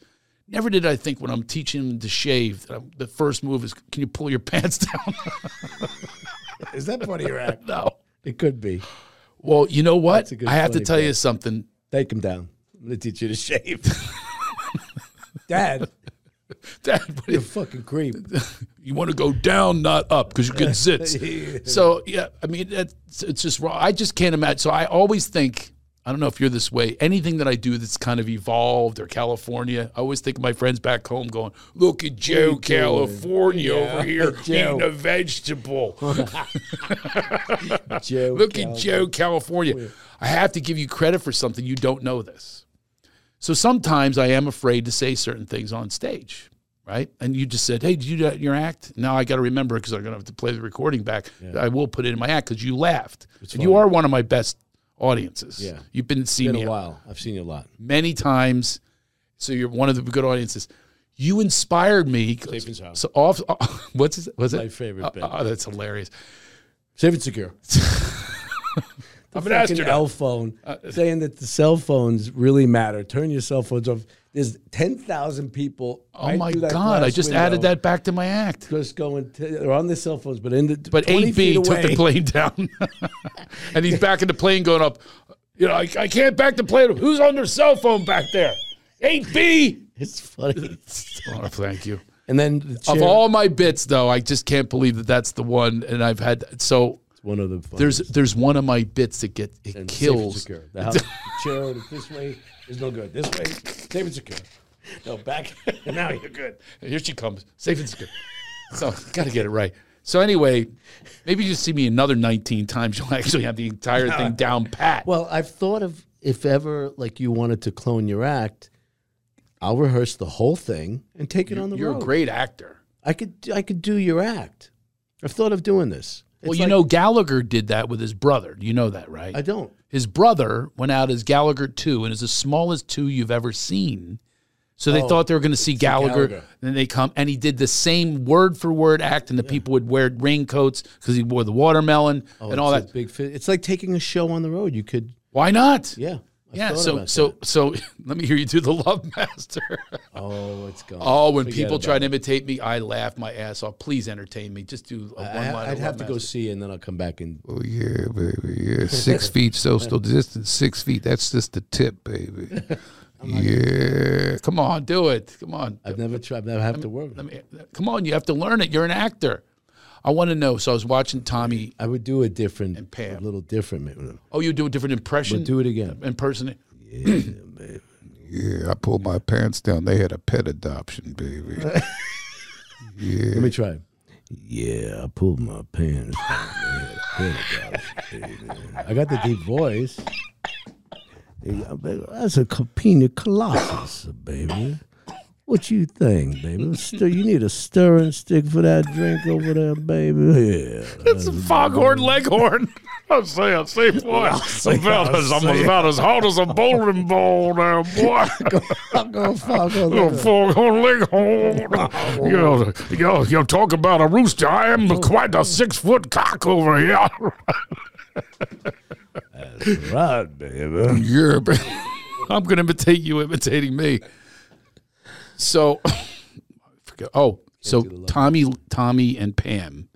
Speaker 1: never did i think when i'm teaching them to shave that I'm, the first move is can you pull your [LAUGHS] pants down
Speaker 2: Is that part of your act?
Speaker 1: no
Speaker 2: [LAUGHS] It could be.
Speaker 1: well you know what
Speaker 2: a good
Speaker 1: i have to
Speaker 2: funny
Speaker 1: tell you something [LAUGHS]
Speaker 2: Take them down. I'm gonna teach you to shave. Dad,
Speaker 1: Dad, what
Speaker 2: you're a
Speaker 1: if
Speaker 2: fucking
Speaker 1: [LAUGHS]
Speaker 2: creep.
Speaker 1: you want to go down not up because you get zits so yeah i mean it's, it's just wrong i just can't imagine so i always think i don't know if you're this way anything that i do that's kind of evolved or california i always think of my friends back home going look at joe california over here
Speaker 2: Joe.
Speaker 1: eating a vegetable
Speaker 2: Joe,
Speaker 1: Look
Speaker 2: Cal-
Speaker 1: at Joe California. I have to give you credit for something. You don't know this. So sometimes I am afraid to say certain things on stage, right? And you just said, hey, did you do that in your act? Now I got to remember because I'm going to have to play the recording back. I will put it in my act because you laughed. and you are one of my best audiences.
Speaker 2: Yeah.
Speaker 1: You've been seeing
Speaker 2: Been
Speaker 1: me
Speaker 2: a while. I've seen you a lot.
Speaker 1: many times. So you're one of the good audiences. You inspired me.
Speaker 2: Safe and sound.
Speaker 1: So off, [LAUGHS] what's his, what's it?
Speaker 2: My favorite
Speaker 1: Oh,
Speaker 2: bit.
Speaker 1: oh, that's hilarious.
Speaker 2: Safe and secure.
Speaker 1: I'm an
Speaker 2: fucking
Speaker 1: astronaut.
Speaker 2: L phone
Speaker 1: Uh,
Speaker 2: saying that the cell phones really matter. Turn your cell phones off. There's ten thousand people.
Speaker 1: Oh my God! I just added that back to my act.
Speaker 2: Just going, to, they're on their cell phones, but in the
Speaker 1: But
Speaker 2: 20
Speaker 1: eight B
Speaker 2: feet
Speaker 1: took
Speaker 2: away.
Speaker 1: the plane down, [LAUGHS] and he's back in the plane going up. You know, I, I can't back the plane up.
Speaker 2: [LAUGHS]
Speaker 1: Who's on their cell phone back there? Eight B. [LAUGHS]
Speaker 2: It's funny.
Speaker 1: Oh, thank you.
Speaker 2: And then the
Speaker 1: Of
Speaker 2: chair-
Speaker 1: [LAUGHS] all my bits, though, I just can't believe that that's the one. And I've had so
Speaker 2: It's one of the fun-
Speaker 1: there's there's one of my bits that get it
Speaker 2: and safe and
Speaker 1: kills.
Speaker 2: secure. The, house, the chair over this way is no good. This way, safe and secure. No back. [LAUGHS] now you're good.
Speaker 1: Here she comes, safe and secure. so [LAUGHS] got to get it right. So anyway, maybe you see me another 19 times. You'll actually have the
Speaker 2: [LAUGHS]
Speaker 1: entire thing down pat.
Speaker 2: Well, I've thought of if ever like you wanted to clone your act, I'll rehearse the whole thing and take it on the
Speaker 1: You're
Speaker 2: road.
Speaker 1: a great actor.
Speaker 2: I could I could do your act. I've thought of doing this. It's
Speaker 1: well, you
Speaker 2: like-
Speaker 1: know Gallagher did that with his brother. You know that, right?
Speaker 2: I don't.
Speaker 1: his brother went out as Gallagher 2 and is the smallest 2 you've ever seen. So they thought they were going to see Gallagher.
Speaker 2: Oh, Gallagher.
Speaker 1: Then they come and he did the same word for word act, and the people would wear raincoats because he wore the watermelon and all
Speaker 2: Oh, It's a
Speaker 1: that.
Speaker 2: big. Fit. It's like taking a show on the road. You could.
Speaker 1: Why not?
Speaker 2: Yeah. I've
Speaker 1: Yeah,
Speaker 2: thought
Speaker 1: so
Speaker 2: about
Speaker 1: so
Speaker 2: that.
Speaker 1: so [LAUGHS] let me hear you do the Love
Speaker 2: [LAUGHS]
Speaker 1: Master.
Speaker 2: Oh, it's gone.
Speaker 1: oh, when
Speaker 2: Forget
Speaker 1: people
Speaker 2: about
Speaker 1: try to imitate me, I laugh my ass off. Please entertain me. Just do a one
Speaker 2: I,
Speaker 1: line. of
Speaker 2: I'd
Speaker 1: Love
Speaker 2: have to
Speaker 1: Master.
Speaker 2: go see, and then I'll come back and.
Speaker 3: Oh yeah, baby, yeah.
Speaker 1: [LAUGHS]
Speaker 3: Six feet social distance, six feet. That's just the tip, baby.
Speaker 1: [LAUGHS]
Speaker 3: yeah.
Speaker 1: Come on, do it. Come on.
Speaker 2: I've never tried. I've never have to work.
Speaker 1: Let me, come on, you have to learn it. You're an actor. I want to know. So I was watching Tommy.
Speaker 2: I would do a different, a
Speaker 1: Pam.
Speaker 2: little different.
Speaker 1: Oh, you do a different impression.
Speaker 2: Do it again.
Speaker 1: in person.
Speaker 3: Yeah, I pulled my pants down. They had a pet adoption,
Speaker 1: [LAUGHS]
Speaker 3: baby.
Speaker 2: Let me try. Yeah, I pulled my pants. down. Man, I got the deep voice. Yeah, baby, That's a copina colossus, baby. What you think, baby? Stir, you need a stirring stick for that drink over there, baby. Yeah.
Speaker 1: It's a foghorn leghorn. [LAUGHS] I say, I [LAUGHS] say, boy,
Speaker 2: about as- I'm about
Speaker 1: as hard as a bowling ball now, boy. [LAUGHS]
Speaker 2: Fuck off, Oh, fuck off.
Speaker 1: foghorn leghorn. You, you, you talk about a rooster. I am quite a six foot cock over here.
Speaker 2: Right, baby.
Speaker 1: Yeah, but [LAUGHS] I'm going to imitate you imitating me. So, [COUGHS] forget- oh, so Tommy, Tommy and Pam.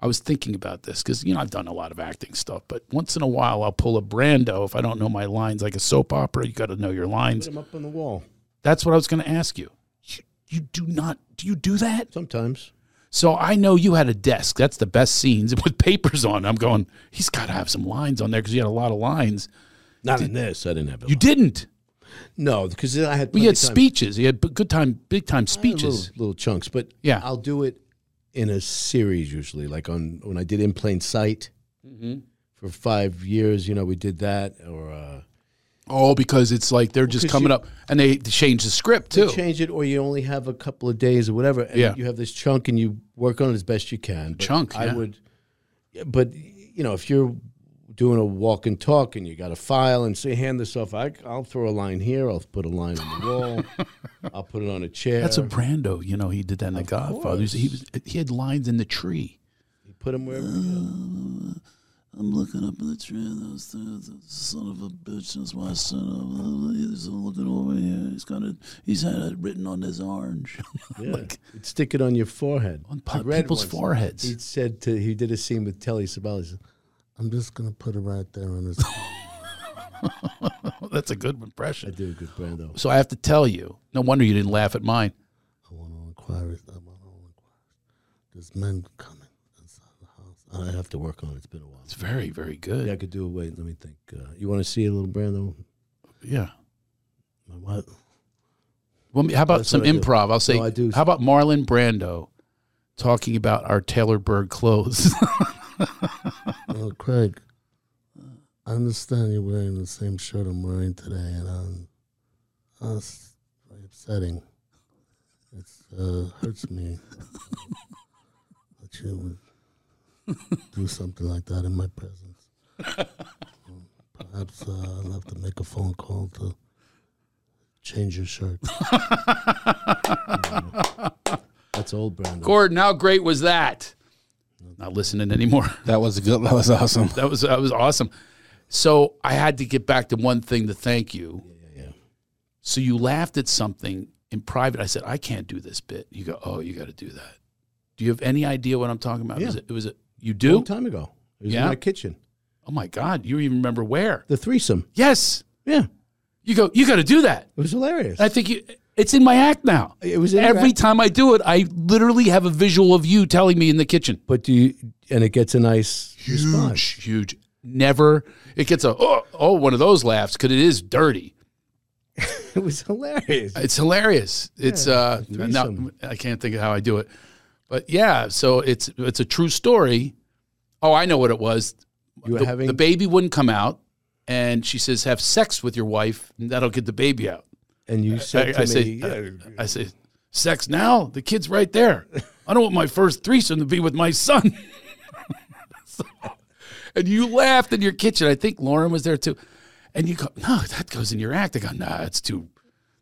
Speaker 1: I was thinking about this because you know I've done a lot of acting stuff, but once in a while I'll pull a Brando if I don't know my lines, like a soap opera. You got to know your lines.
Speaker 2: I'm up on the wall.
Speaker 1: That's what I was going to ask you. you. You do not do you do that?
Speaker 2: Sometimes.
Speaker 1: So I know you had a desk. That's the best scenes [LAUGHS] with papers on. I'm going. He's got to have some lines on there because he had a lot of lines.
Speaker 2: Not in this. I didn't have it.
Speaker 1: You didn't.
Speaker 2: No, because I had.
Speaker 1: But
Speaker 2: plenty
Speaker 1: you had
Speaker 2: of time.
Speaker 1: speeches. You had b- good time, big time speeches.
Speaker 2: little, little chunks, but
Speaker 1: Yeah.
Speaker 2: I'll do it in a series usually. Like on when I did in plain sight
Speaker 1: Mm-hmm.
Speaker 2: for five years, you know, we did that, or uh,
Speaker 1: Oh, because it's like they're just
Speaker 2: 'cause
Speaker 1: coming
Speaker 2: you-
Speaker 1: up and they change the script
Speaker 2: you
Speaker 1: too.
Speaker 2: change it, or you only have a couple of days or whatever. And
Speaker 1: Yeah.
Speaker 2: you have this chunk, and you work on it as best you can. But
Speaker 1: Chunk,
Speaker 2: I
Speaker 1: yeah.
Speaker 2: would, yeah, but you know, if you're doing a walk and talk, and you got a file, and say, hand this off. I, I'll throw a line here. I'll put a line on
Speaker 1: [LAUGHS]
Speaker 2: the wall. I'll put it on a chair.
Speaker 1: That's a Brando. You know, he did that in The Godfather. He was he had lines in the tree.
Speaker 2: put them wherever. you go.
Speaker 4: I'm looking up in the tree, and there's the, the son of a bitch. That's why I said, uh, he's looking over here. He's got it. He's had it written on his orange. [LAUGHS]
Speaker 2: Yeah. You'd stick it on your forehead.
Speaker 1: On
Speaker 2: I
Speaker 1: po-
Speaker 2: read
Speaker 1: people's
Speaker 2: once,
Speaker 1: foreheads.
Speaker 2: He said to he did a scene with Telly Savalas. he said, I'm just gonna put it right there on his. I
Speaker 1: That's a good impression.
Speaker 2: do a good Brando.
Speaker 1: So I have to tell you, no wonder you didn't laugh at mine.
Speaker 5: I want to inquire. I want to inquire. There's men coming inside the house.
Speaker 2: I have to work on it. It's been a while.
Speaker 1: It's very, very good.
Speaker 2: Yeah, I could do it. Wait, let me think. Uh, you want to see a little Brando?
Speaker 1: Yeah.
Speaker 2: My wife.
Speaker 1: Well, how about
Speaker 2: That's
Speaker 1: some
Speaker 2: what I do.
Speaker 1: improv? I'll say,
Speaker 2: No, I do.
Speaker 1: how about Marlon Brando talking about our Taylor Bird clothes? [LAUGHS]
Speaker 5: Oh, Craig, I understand you're wearing the same shirt I'm wearing today, and um, that's very upsetting. It uh, hurts me that you would do something like that in my presence. [LAUGHS] Um, Perhaps uh, I'll have to make a phone call to change your shirt.
Speaker 2: [LAUGHS] That's old Brando.
Speaker 1: Gordon, how great was that? Not listening anymore.
Speaker 6: That was good. That was awesome.
Speaker 1: That was that was awesome. So I had to get back to one thing to thank you. So you laughed at something in private. I said, I can't do this bit. You go, oh, you got to do that. Do you have any idea what I'm talking about? It was
Speaker 2: Yeah.
Speaker 1: it, it was a, you
Speaker 2: a
Speaker 1: do?
Speaker 2: long time ago. It was
Speaker 1: Yeah?
Speaker 2: in my kitchen.
Speaker 1: Oh my God, you even remember where?
Speaker 2: The threesome.
Speaker 1: Yes.
Speaker 2: Yeah,
Speaker 1: You go, you got to do that.
Speaker 2: it was hilarious.
Speaker 1: I think you, It's in my act now.
Speaker 2: It was in your
Speaker 1: every
Speaker 2: act.
Speaker 1: time I do it, I literally have a visual of you telling me in the kitchen.
Speaker 2: But do you, and it gets a nice response. [LAUGHS]
Speaker 1: Huge, huge. Never. It gets a oh, oh one of those laughs because it is dirty.
Speaker 2: It was hilarious.
Speaker 1: It's hilarious. It's uh, now,
Speaker 2: threesome.
Speaker 1: I can't think of how I do it, but yeah. So it's it's a true story. Oh, I know what it was.
Speaker 2: You were
Speaker 1: the,
Speaker 2: having
Speaker 1: the baby wouldn't come out, and she says, "Have sex with your wife, and that'll get the baby out."
Speaker 2: and you said
Speaker 1: I-
Speaker 2: to
Speaker 1: I
Speaker 2: me,
Speaker 1: say- uh,
Speaker 2: yeah,
Speaker 1: I say, "Sex now? The kid's right there. I don't want my first threesome to be with my son." [LAUGHS] So- and you laughed in your kitchen. I think Lauren was there too, and you go, "No, that goes in your act." I go, "Nah, it's too,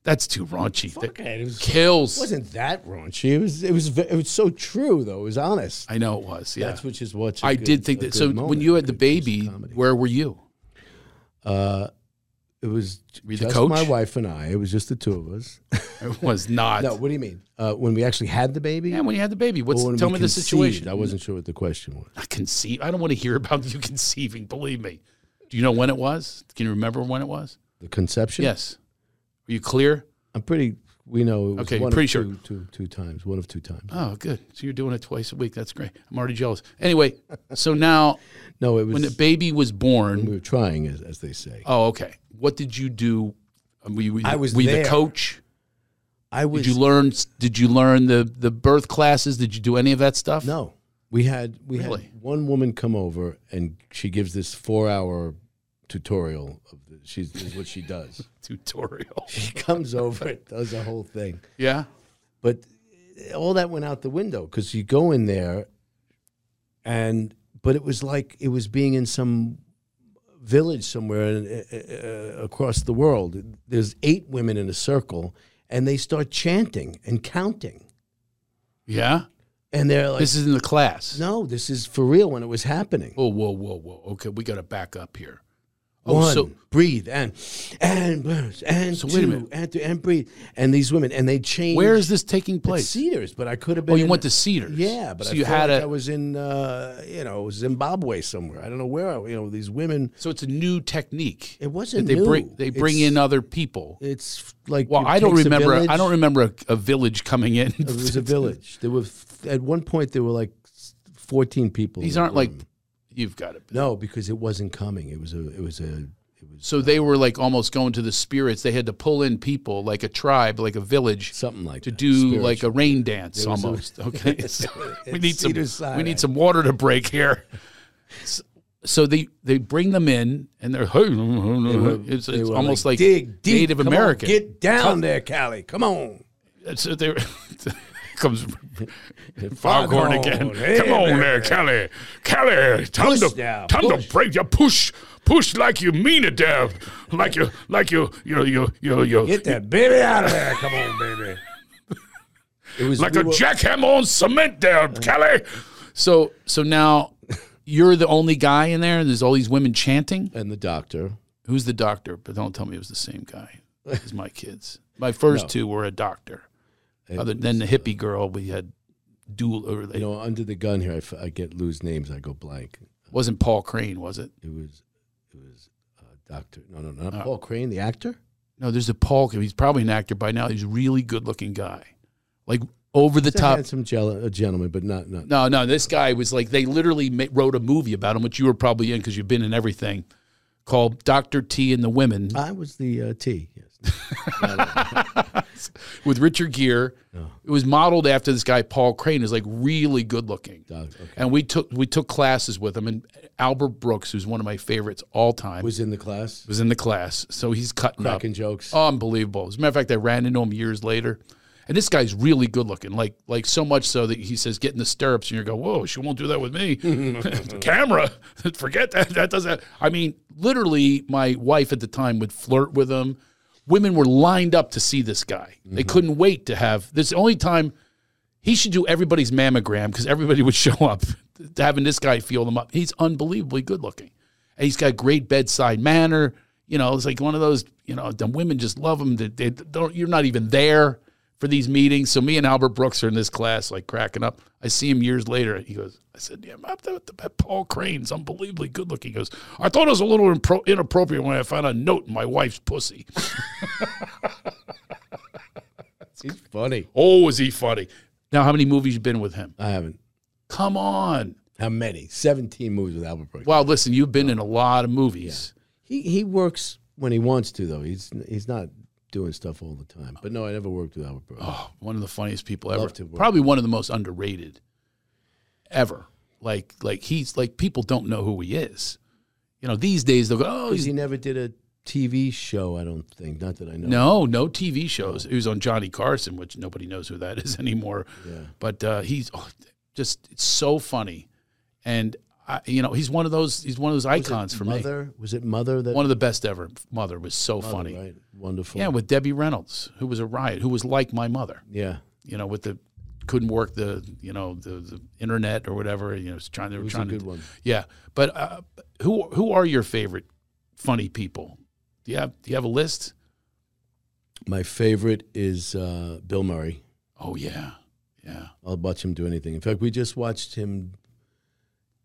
Speaker 1: that's too raunchy." That
Speaker 2: it. It was-
Speaker 1: kills.
Speaker 2: wasn't that raunchy. It was. It was. ve- It was so true though. It was honest.
Speaker 1: I know it was. Yeah,
Speaker 2: That's which is what
Speaker 1: I did think that. So when you had the baby, where were you?
Speaker 2: uh, it was
Speaker 1: Were you the
Speaker 2: just
Speaker 1: coach?
Speaker 2: my wife and I. It was just the two of us. [LAUGHS]
Speaker 1: It was not.
Speaker 2: no, what do you mean? Uh, when we actually had the baby?
Speaker 1: Yeah, when you had the baby. What's
Speaker 2: Or when
Speaker 1: tell
Speaker 2: we
Speaker 1: me the
Speaker 2: conceived?
Speaker 1: situation?
Speaker 2: I wasn't sure what the question was.
Speaker 1: I conceive. I don't want to hear about you [LAUGHS] conceiving. Believe me. Do you know when it was? Can you remember when it was?
Speaker 2: The conception?
Speaker 1: Yes. Are you clear?
Speaker 2: I'm pretty. We know. It was
Speaker 1: Okay,
Speaker 2: one
Speaker 1: pretty sure.
Speaker 2: of Two, two, two times. One of two times.
Speaker 1: Oh, good. So you're doing it twice a week. That's great. I'm already jealous. Anyway, so now
Speaker 2: No, it was.
Speaker 1: when the baby was
Speaker 2: we
Speaker 1: born.
Speaker 2: were trying, as, as they say.
Speaker 1: Oh, okay. What did you do? Um, Were you, were you-
Speaker 2: I was
Speaker 1: were you
Speaker 2: there.
Speaker 1: the coach?
Speaker 2: I was.
Speaker 1: Did you learn? Did you learn the the birth classes? Did you do any of that stuff?
Speaker 2: No, we had we
Speaker 1: Really?
Speaker 2: had one woman come over, and she gives this four-hour tutorial of the, she's this is what she does. [LAUGHS]
Speaker 1: tutorial. [LAUGHS]
Speaker 2: she comes over, and does the whole thing,
Speaker 1: Yeah.
Speaker 2: but all that went out the window because you go in there, and but it was like it was being in some village somewhere in, uh, uh, across the world. There's eight women in a circle, and they start chanting and counting,
Speaker 1: Yeah.
Speaker 2: and they're like.
Speaker 1: this is in the class.
Speaker 2: no, this is for real when it was happening.
Speaker 1: Whoa, whoa, whoa, whoa. Okay, we got to back up here. Oh,
Speaker 2: One,
Speaker 1: so
Speaker 2: breathe and and burst, and
Speaker 1: So
Speaker 2: two
Speaker 1: wait a minute.
Speaker 2: and three, and breathe and these women and they change.
Speaker 1: where is this taking
Speaker 2: At
Speaker 1: place?
Speaker 2: Cedars? But I could have been.
Speaker 1: Oh, you
Speaker 2: in-
Speaker 1: went to Cedars.
Speaker 2: Yeah, but
Speaker 1: so
Speaker 2: I
Speaker 1: you
Speaker 2: feel
Speaker 1: had
Speaker 2: like
Speaker 1: a.
Speaker 2: I was in uh, you know Zimbabwe somewhere. I don't know where. I, you know these women.
Speaker 1: so it's a new technique.
Speaker 2: It
Speaker 1: that
Speaker 2: wasn't
Speaker 1: they
Speaker 2: new.
Speaker 1: bring they bring
Speaker 2: It's-
Speaker 1: in other people.
Speaker 2: It's like
Speaker 1: Well,
Speaker 2: it
Speaker 1: I don't
Speaker 2: takes a
Speaker 1: remember.
Speaker 2: village.
Speaker 1: I don't remember a, a village coming in.
Speaker 2: It was a village. There were f- at one point there were like s- fourteen people. mm.
Speaker 1: [LAUGHS]
Speaker 2: in
Speaker 1: These
Speaker 2: the
Speaker 1: aren't like.
Speaker 2: room.
Speaker 1: You've got it.
Speaker 2: no because it wasn't coming. It was a it was a it was
Speaker 1: So they were like almost going to the spirits. They had to pull in people like a tribe, like a village.
Speaker 2: something like
Speaker 1: to
Speaker 2: that,
Speaker 1: do
Speaker 2: spiritual.
Speaker 1: like a rain dance
Speaker 2: was a- [LAUGHS]
Speaker 1: almost. okay, So we
Speaker 2: It's
Speaker 1: need some
Speaker 2: Cedar Sinai.
Speaker 1: we need some water to break here. So, so they they bring them in and they're [LAUGHS]
Speaker 2: were-
Speaker 1: it's,
Speaker 2: they
Speaker 1: it's
Speaker 2: were
Speaker 1: almost like,
Speaker 2: dig deep.
Speaker 1: Native
Speaker 2: Come on,
Speaker 1: American.
Speaker 2: get down there, Callie. Come on.
Speaker 1: So uh, they [LAUGHS] comes
Speaker 2: [LAUGHS]
Speaker 1: Foghorn again.
Speaker 2: Hey,
Speaker 1: Come on
Speaker 2: man.
Speaker 1: there, Kelly. Kelly, time
Speaker 2: Push
Speaker 1: to
Speaker 2: now,
Speaker 1: time
Speaker 2: push.
Speaker 1: to break your push. Push like you mean it, Dad. Like you like you you you you you
Speaker 2: Get that baby out of there. Come on, baby. [LAUGHS] It was
Speaker 1: like
Speaker 2: we
Speaker 1: a
Speaker 2: were-
Speaker 1: jackhammer on cement there,
Speaker 2: [LAUGHS]
Speaker 1: Kelly. So so now you're the only guy in there and there's all these women chanting.
Speaker 2: And the doctor.
Speaker 1: Who's the doctor? But don't tell me it was the same guy as my kids. My
Speaker 2: [LAUGHS]
Speaker 1: first two were a doctor. Other than the
Speaker 2: uh,
Speaker 1: hippie girl, we had dual or
Speaker 2: You
Speaker 1: it
Speaker 2: know, under the gun here, I, f- I get lose names. I go blank.
Speaker 1: wasn't Paul Crane, was it?
Speaker 2: It was, it was uh, Doctor. No, no, not Paul Crane, the actor.
Speaker 1: No, there's a Paul. He's probably an actor by now. He's a really good looking guy, like over the
Speaker 2: He's a
Speaker 1: top.
Speaker 2: handsome gel- a gentleman, but not not.
Speaker 1: No, no, this guy was like they literally ma- wrote a movie about him, which you were probably in because you've been in everything, called Doctor T and the Women
Speaker 2: I was the [LAUGHS] uh, T. Yes.
Speaker 1: with Richard Gere. It was modeled after this guy Paul Crane, who's like really good looking.
Speaker 2: Doc, okay.
Speaker 1: And we took we took classes with him, and Albert Brooks, who's one of my favorites all time, was,
Speaker 2: Was in the class
Speaker 1: in the class. So he's cutting up.
Speaker 2: cracking jokes.
Speaker 1: unbelievable. As a matter of fact, I ran into him years later, and this guy's really good looking. Like like so much so that he says, "Get in the stirrups," and you go, "Whoa, she won't do that with me." [LAUGHS] Camera, [LAUGHS] forget that. That doesn't. I mean, literally, my wife at the time would flirt with him. Women were lined up to see this guy. They couldn't wait to have this. is the Only time he should do everybody's mammogram because everybody would show up to having this guy feel them up. He's unbelievably good looking. And he's got great bedside manner. You know, it's like one of those, you know, the women just love him. They, they don't, you're not even there for these meetings. So me and Albert Brooks are in this class, like cracking up. I see him years later. He goes, I said, yeah, I'm up there with the, that Paul Crane's unbelievably good looking. He goes, I thought it was a little impro- inappropriate when I found a note in my wife's pussy.
Speaker 2: He's funny.
Speaker 1: Oh, is he funny? Now, how many movies you been with him?
Speaker 2: I haven't.
Speaker 1: Come on.
Speaker 2: How many? 17 movies with Albert Brooks.
Speaker 1: Wow, listen, you've been in a lot of movies.
Speaker 2: He he works when he wants to though. He's he's not doing stuff all the time. But no, I never worked with Albert Brooks.
Speaker 1: Oh, one of the funniest people ever.
Speaker 2: to work.
Speaker 1: Probably one of the most underrated ever. Like like he's like people don't know who he is. You know, these days they'll go, "Oh, he's
Speaker 2: he never did a TV show, I don't think. Not that I know.
Speaker 1: No, no TV shows. He was on Johnny Carson, which nobody knows who that [LAUGHS] is anymore. But uh, he's oh, just it's so funny, and I, you know he's one of those he's one of those icons for me.
Speaker 2: Mother? Was it Mother that
Speaker 1: One of the best ever. Mother was so funny.
Speaker 2: Right. Wonderful.
Speaker 1: Yeah, with Debbie Reynolds, who was a riot, who was like my mother.
Speaker 2: yeah.
Speaker 1: You know, with the couldn't work the you know the, the internet or whatever. You know, was trying they were
Speaker 2: was a
Speaker 1: trying
Speaker 2: good
Speaker 1: to
Speaker 2: one.
Speaker 1: yeah. But uh, who who are your favorite funny people? Do you have do you have a list?
Speaker 2: My favorite is uh, Bill Murray.
Speaker 1: Oh yeah, yeah.
Speaker 2: I'll watch him do anything. In fact, we just watched him.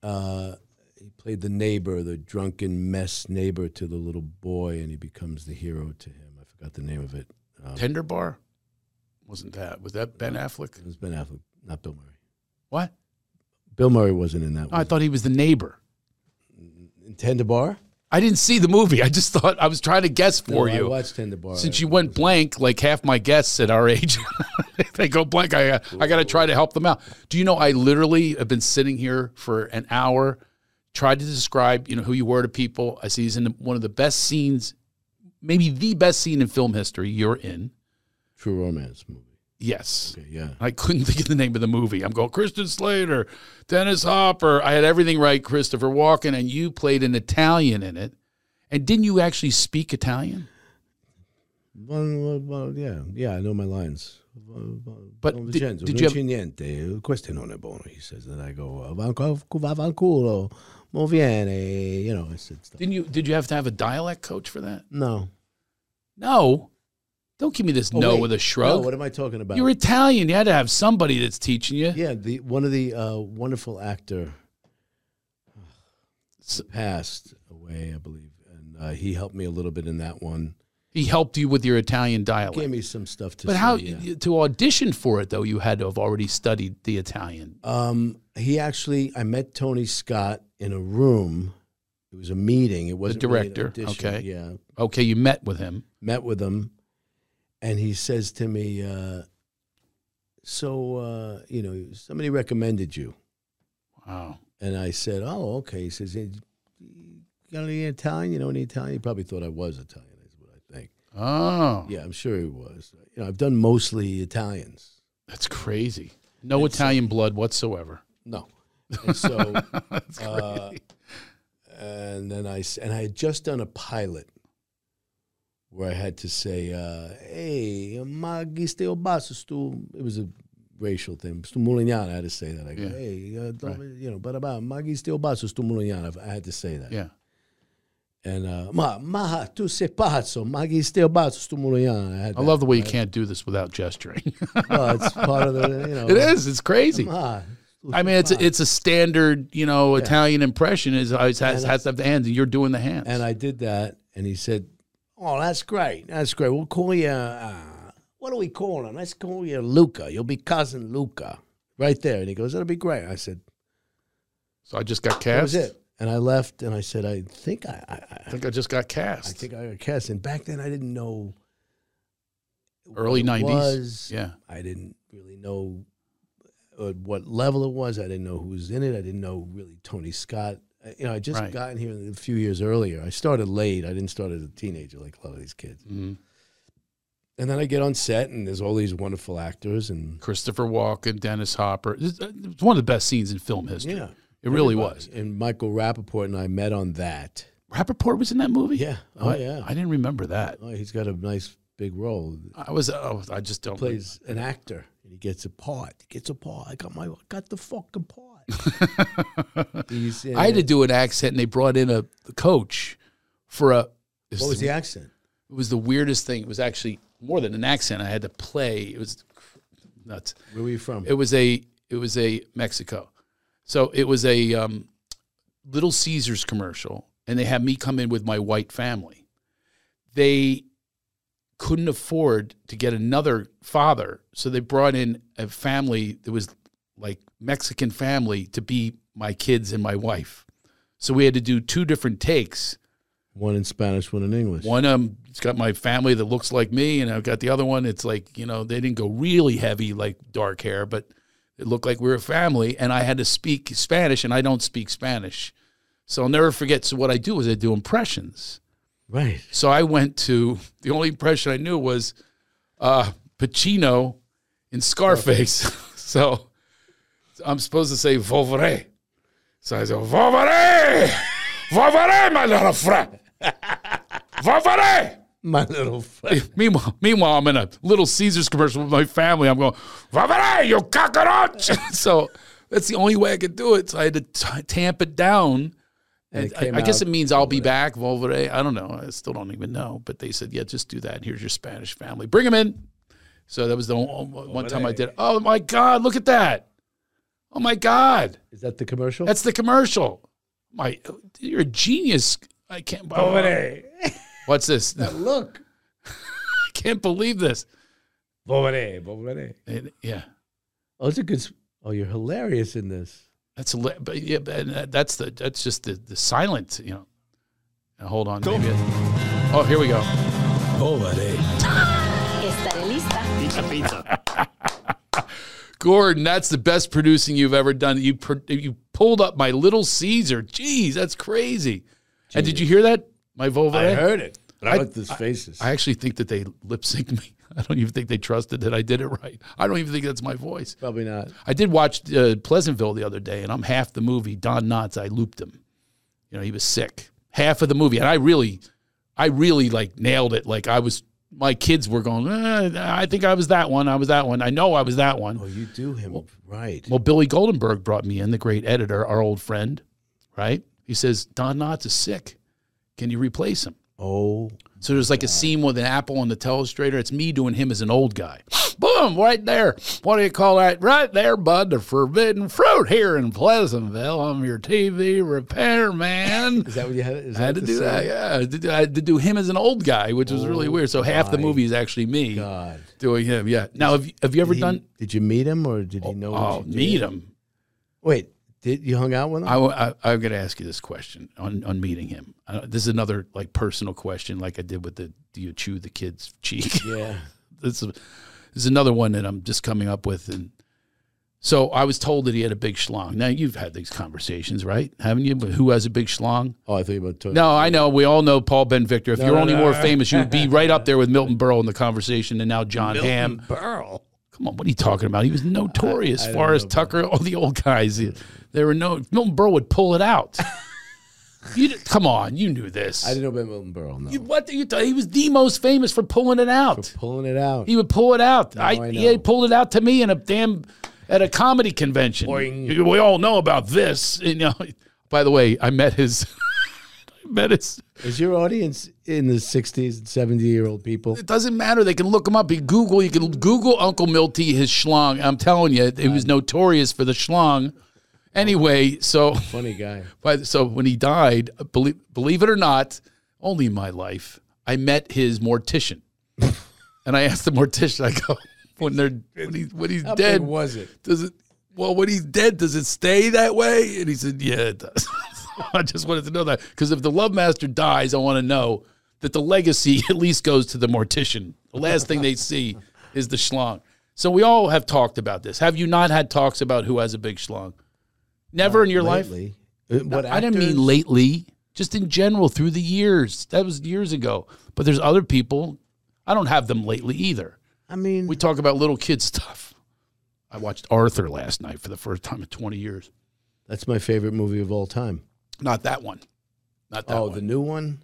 Speaker 2: Uh, he played the neighbor, the drunken mess neighbor to the little boy, and he becomes the hero to him. I forgot the name of it. Um,
Speaker 1: Tender Bar? Wasn't that? Was that Ben Affleck?
Speaker 2: it was Ben Affleck, not Bill Murray.
Speaker 1: What?
Speaker 2: Bill Murray wasn't in that
Speaker 1: I
Speaker 2: one.
Speaker 1: thought he was the neighbor.
Speaker 2: Tender Bar?
Speaker 1: I didn't see the movie. I just thought I was trying to guess for
Speaker 2: No, I
Speaker 1: you.
Speaker 2: watched Tender Bar.
Speaker 1: Since you went blank, like half my guests at our [LAUGHS] age, if they go blank. I uh, I got to try to help them out. Do you know? I literally have been sitting here for an hour, tried to describe you know who you were to people. I see he's in one of the best scenes, maybe the best scene in film history. You're in.
Speaker 2: True Romance movie.
Speaker 1: Yes.
Speaker 2: Okay, yeah.
Speaker 1: I couldn't [LAUGHS] think of the name of the movie. I'm going Kristen Slater, Dennis Hopper. I had everything right. Christopher Walken, and you played an Italian in it. And didn't you actually speak Italian?
Speaker 2: One, one, one, yeah, yeah, I know my lines.
Speaker 1: But
Speaker 2: Non
Speaker 1: did-
Speaker 2: Vincenzo,
Speaker 1: did
Speaker 2: non
Speaker 1: you have-
Speaker 2: c'è niente, questo non è buono. He says, and I go, "Va al- va al culo, mo viene, you know, I said stuff.
Speaker 1: Didn't you? Did you have to have a dialect coach for that?
Speaker 2: No.
Speaker 1: No. Don't give me this
Speaker 2: Oh,
Speaker 1: no
Speaker 2: wait.
Speaker 1: with a
Speaker 2: No,
Speaker 1: shrug.
Speaker 2: what am I talking about?
Speaker 1: You're Italian. You had to have somebody that's teaching you.
Speaker 2: yeah, the one of the uh, wonderful actor
Speaker 1: S-
Speaker 2: passed away, I believe, and uh, he helped me a little bit in that one.
Speaker 1: He helped you with your Italian dialect.
Speaker 2: Gave me some stuff to.
Speaker 1: but
Speaker 2: say,
Speaker 1: how
Speaker 2: yeah.
Speaker 1: to audition for it though? You had to have already studied the Italian.
Speaker 2: Um, he actually, I met Tony Scott in a room. It was a meeting. It wasn't really an
Speaker 1: director,
Speaker 2: audition.
Speaker 1: okay.
Speaker 2: Yeah,
Speaker 1: Okay, you met with him.
Speaker 2: met with him, and he says to me, uh, "So, uh, you know, somebody recommended you."
Speaker 1: Wow.
Speaker 2: And I said, "Oh, okay." He says, "You got any Italian? You know any Italian?" He probably thought I was Italian, is what I think.
Speaker 1: Oh,
Speaker 2: Yeah, I'm sure he was. You know, I've done mostly Italians.
Speaker 1: that's crazy. No Italian blood whatsoever.
Speaker 2: No. And
Speaker 1: [LAUGHS]
Speaker 2: uh, [LAUGHS] so, uh, and then I s- and I had just done a pilot where I had to say, uh, "Hey, magisteo basso stu." It was a racial thing. Stu Mulignano. I had to say that. I go,
Speaker 1: Yeah.
Speaker 2: "Hey, uh, don't- you know, but about magisteo basso stu Mulignano." I had to say that.
Speaker 1: Yeah.
Speaker 2: And uh, ma ma tu sei pazzo, magisteo basso stu Mulignano. I, had
Speaker 1: I
Speaker 2: that.
Speaker 1: love the way you can't do this without gesturing.
Speaker 2: Well, it's part of the
Speaker 1: [LAUGHS]
Speaker 2: you know.
Speaker 1: it is. It's crazy.
Speaker 2: Ma, tu
Speaker 1: I mean, it's it's a standard, you know, Italian impression is always has, has to have the hands, and you're doing the hands.
Speaker 2: And I did that, and he said, "Oh, that's great. That's great. We'll call you. Uh, what do we call him? Let's call you Luca. You'll be cousin Luca, right there." And he goes, "That'll be great." I said,
Speaker 1: so I just got cast.
Speaker 2: "That was it." And I left, and I said, "I think I, I,
Speaker 1: I
Speaker 2: I,
Speaker 1: think I just got cast.
Speaker 2: I think I got cast." And back then, I didn't know
Speaker 1: early
Speaker 2: it
Speaker 1: nineties.
Speaker 2: was.
Speaker 1: Yeah.
Speaker 2: I didn't really know at what level it was. I didn't know who was in it. I didn't know really Tony Scott. I- You know, I just
Speaker 1: Right.
Speaker 2: gotten here a few years earlier. I started late. I didn't start as a teenager like a lot of these kids.
Speaker 1: Mhm.
Speaker 2: And then I get on set, and there's all these wonderful actors, and
Speaker 1: Christopher Walken, Dennis Hopper. It's it's one of the best scenes in film history.
Speaker 2: yeah,
Speaker 1: It really
Speaker 2: everybody.
Speaker 1: was.
Speaker 2: And Michael Rappaport and I met on that.
Speaker 1: Rappaport was in that movie.
Speaker 2: Yeah,
Speaker 1: Oh,
Speaker 2: oh
Speaker 1: I-
Speaker 2: yeah,
Speaker 1: I didn't remember that.
Speaker 2: oh, he's got a nice big role.
Speaker 1: I was. Oh, I just don't.
Speaker 2: Plays an actor, and he gets a part. He gets a part. I got my, got the fucking part.
Speaker 1: [LAUGHS]
Speaker 2: he's, uh, in
Speaker 1: I had
Speaker 2: it.
Speaker 1: to do an accent, and they brought in a coach for a.
Speaker 2: What was the accent?
Speaker 1: It was the weirdest thing. It was actually more than an accent. I had to play. It was nuts.
Speaker 2: Where were you from?
Speaker 1: It was a. It was a Mexico. So it was a um, Little Caesars commercial, and they had me come in with my white family. They couldn't afford to get another father, so they brought in a family that was like Mexican family to be my kids and my wife. So we had to do two different takes.
Speaker 2: One in Spanish, one in English.
Speaker 1: One um, it's got my family that looks like me, and I've got the other one. It's like you know they didn't go really heavy like dark hair, but it looked like we were a family. And I had to speak Spanish, and I don't speak Spanish, so I'll never forget. So what I do is I do impressions.
Speaker 2: Right. [LAUGHS]
Speaker 1: So I went to [LAUGHS] the only impression I knew was uh, Pacino in Scarface. [LAUGHS] so I'm supposed to say Volvere. So I said, Volvere! Volvere, my little friend! [LAUGHS] Volvere!
Speaker 2: My little friend.
Speaker 1: Meanwhile, meanwhile, I'm in a Little Caesars commercial with my family. I'm going, Volvere, you cockroach! [LAUGHS] so that's the only way I could do it. So I had to t- tamp it down. And
Speaker 2: it
Speaker 1: I,
Speaker 2: came
Speaker 1: I guess
Speaker 2: out
Speaker 1: it means I'll be back, Volvere. I don't know. I still don't even know. But they said, yeah, just do that. Here's your Spanish family. Bring them in. So that was the one one time I did. Oh my God, look at that. Oh my God.
Speaker 2: Is that the commercial? [LAUGHS]
Speaker 1: That's the commercial. My, you're a genius. I can't. Volvere. What's this? [LAUGHS] I
Speaker 2: Look.
Speaker 1: can't believe this.
Speaker 2: Volare, volare.
Speaker 1: And, yeah.
Speaker 2: Oh, it's a good. s- Oh, you're hilarious in this.
Speaker 1: That's a, li- but yeah, but and that- that's the that's just the the silence, you know. Now, hold on, maybe it- oh, here we go.
Speaker 6: Estaré lista.
Speaker 1: Gordon, that's the best producing you've ever done. You pr- you pulled up my Little Caesar. Jeez, that's crazy. And did you hear that? My Volvo. I,
Speaker 2: it. I like these faces.
Speaker 1: actually think that they lip synced me. [LAUGHS] I don't even think they trusted that I did it right. I don't even think that's my voice.
Speaker 2: Probably not.
Speaker 1: I did watch uh, Pleasantville the other day, and I'm half the movie. Don Knotts, I looped him. You know, he was sick. Half of the movie, and I really, I really like nailed it. Like I was, my kids were going. "Eh, I think I was that one. I was that one. I know I was that one.
Speaker 2: Oh, you do him right.
Speaker 1: Well, Billy Goldenberg brought me in, the great editor, our old friend, right? He says, Don Knotts is sick. Can you replace him?
Speaker 2: Oh,
Speaker 1: So there's like a scene with an apple on the telestrator. It's me doing him as an old guy. Boom, right there. What do you call that? Right there, bud, the forbidden fruit here in Pleasantville. I'm your TV repairman.
Speaker 2: [LAUGHS] is that what you had? Is
Speaker 1: I had
Speaker 2: that
Speaker 1: to
Speaker 2: the
Speaker 1: do that,
Speaker 2: same?
Speaker 1: yeah. I had to do- I had to do him as an old guy, which was really weird. So half the movie is actually me
Speaker 2: God.
Speaker 1: doing him. Yeah. Now, have you, have you ever
Speaker 2: Did, he-
Speaker 1: done?
Speaker 2: did you meet him or did he know? what
Speaker 1: Oh,
Speaker 2: you did?
Speaker 1: meet him.
Speaker 2: Wait, did you hung out with him?
Speaker 1: I, I, I'm going to ask you this question on, on meeting him. Uh, this is another like personal question, like I did with the do you chew the kid's [LAUGHS] cheek?
Speaker 2: yeah.
Speaker 1: this, is, this is another one that I'm just coming up with. And so I was told that he had a big schlong. Now you've had these conversations, right? Haven't you? But who has a big schlong?
Speaker 2: Oh, I thought you were talking.
Speaker 1: No, I know. We all know Paul Ben Victor. If you're
Speaker 2: no,
Speaker 1: only
Speaker 2: no.
Speaker 1: more famous, you'd be right up there with
Speaker 2: [LAUGHS]
Speaker 1: Milton Berle in the conversation, and now John Hamm.
Speaker 2: Burl.
Speaker 1: Come on, what are you talking about? He was notorious.
Speaker 2: I don't
Speaker 1: Forrest
Speaker 2: know,
Speaker 1: Tucker, all the old guys. There were no Milton Berle would pull it
Speaker 2: [LAUGHS]
Speaker 1: out. you di- come on, you knew this.
Speaker 2: I didn't know about Milton Burl. No.
Speaker 1: You- what do you thought? He was the most famous for pulling it out.
Speaker 2: Pulling it out.
Speaker 1: he would pull it out. I,
Speaker 2: I
Speaker 1: yeah, he
Speaker 2: know.
Speaker 1: pulled it out to me in a damn at a comedy convention. You- We all know about this. You know. [LAUGHS] By the way, I met his. [LAUGHS] I met his.
Speaker 2: Is your audience in the 60s and 70 year old people?
Speaker 1: It doesn't matter. They can look him up. You Google. You can Google Uncle Milty his schlong. I'm telling you, he was notorious for the schlong. Anyway, so [LAUGHS]
Speaker 2: Funny guy.
Speaker 1: but so when he died, believe, believe it or not, only in my life, I met his
Speaker 2: [LAUGHS]
Speaker 1: mortician, and I asked the mortician, I go, when they're when he's when he's
Speaker 2: How
Speaker 1: dead,
Speaker 2: big was it?
Speaker 1: does it? Well, when he's dead, does it stay that way? And he said, yeah, it does. [LAUGHS] I just wanted to know that because if the love master dies, I want to know that the legacy [LAUGHS] at least goes to the mortician. The last thing they see is the schlong. So we all have talked about this. Have you not had talks about who has a big schlong? Never in your life.
Speaker 2: Lately. Uh, What
Speaker 1: I didn't mean
Speaker 2: actors?
Speaker 1: lately, just in general through the years. That was years ago. But there's other people. I don't have them lately either.
Speaker 2: I mean,
Speaker 1: We talk about little kid stuff. I watched Arthur last night for the first time in 20 years.
Speaker 2: that's my favorite movie of all time.
Speaker 1: Not that one. Not that
Speaker 2: Oh,
Speaker 1: one.
Speaker 2: the new one?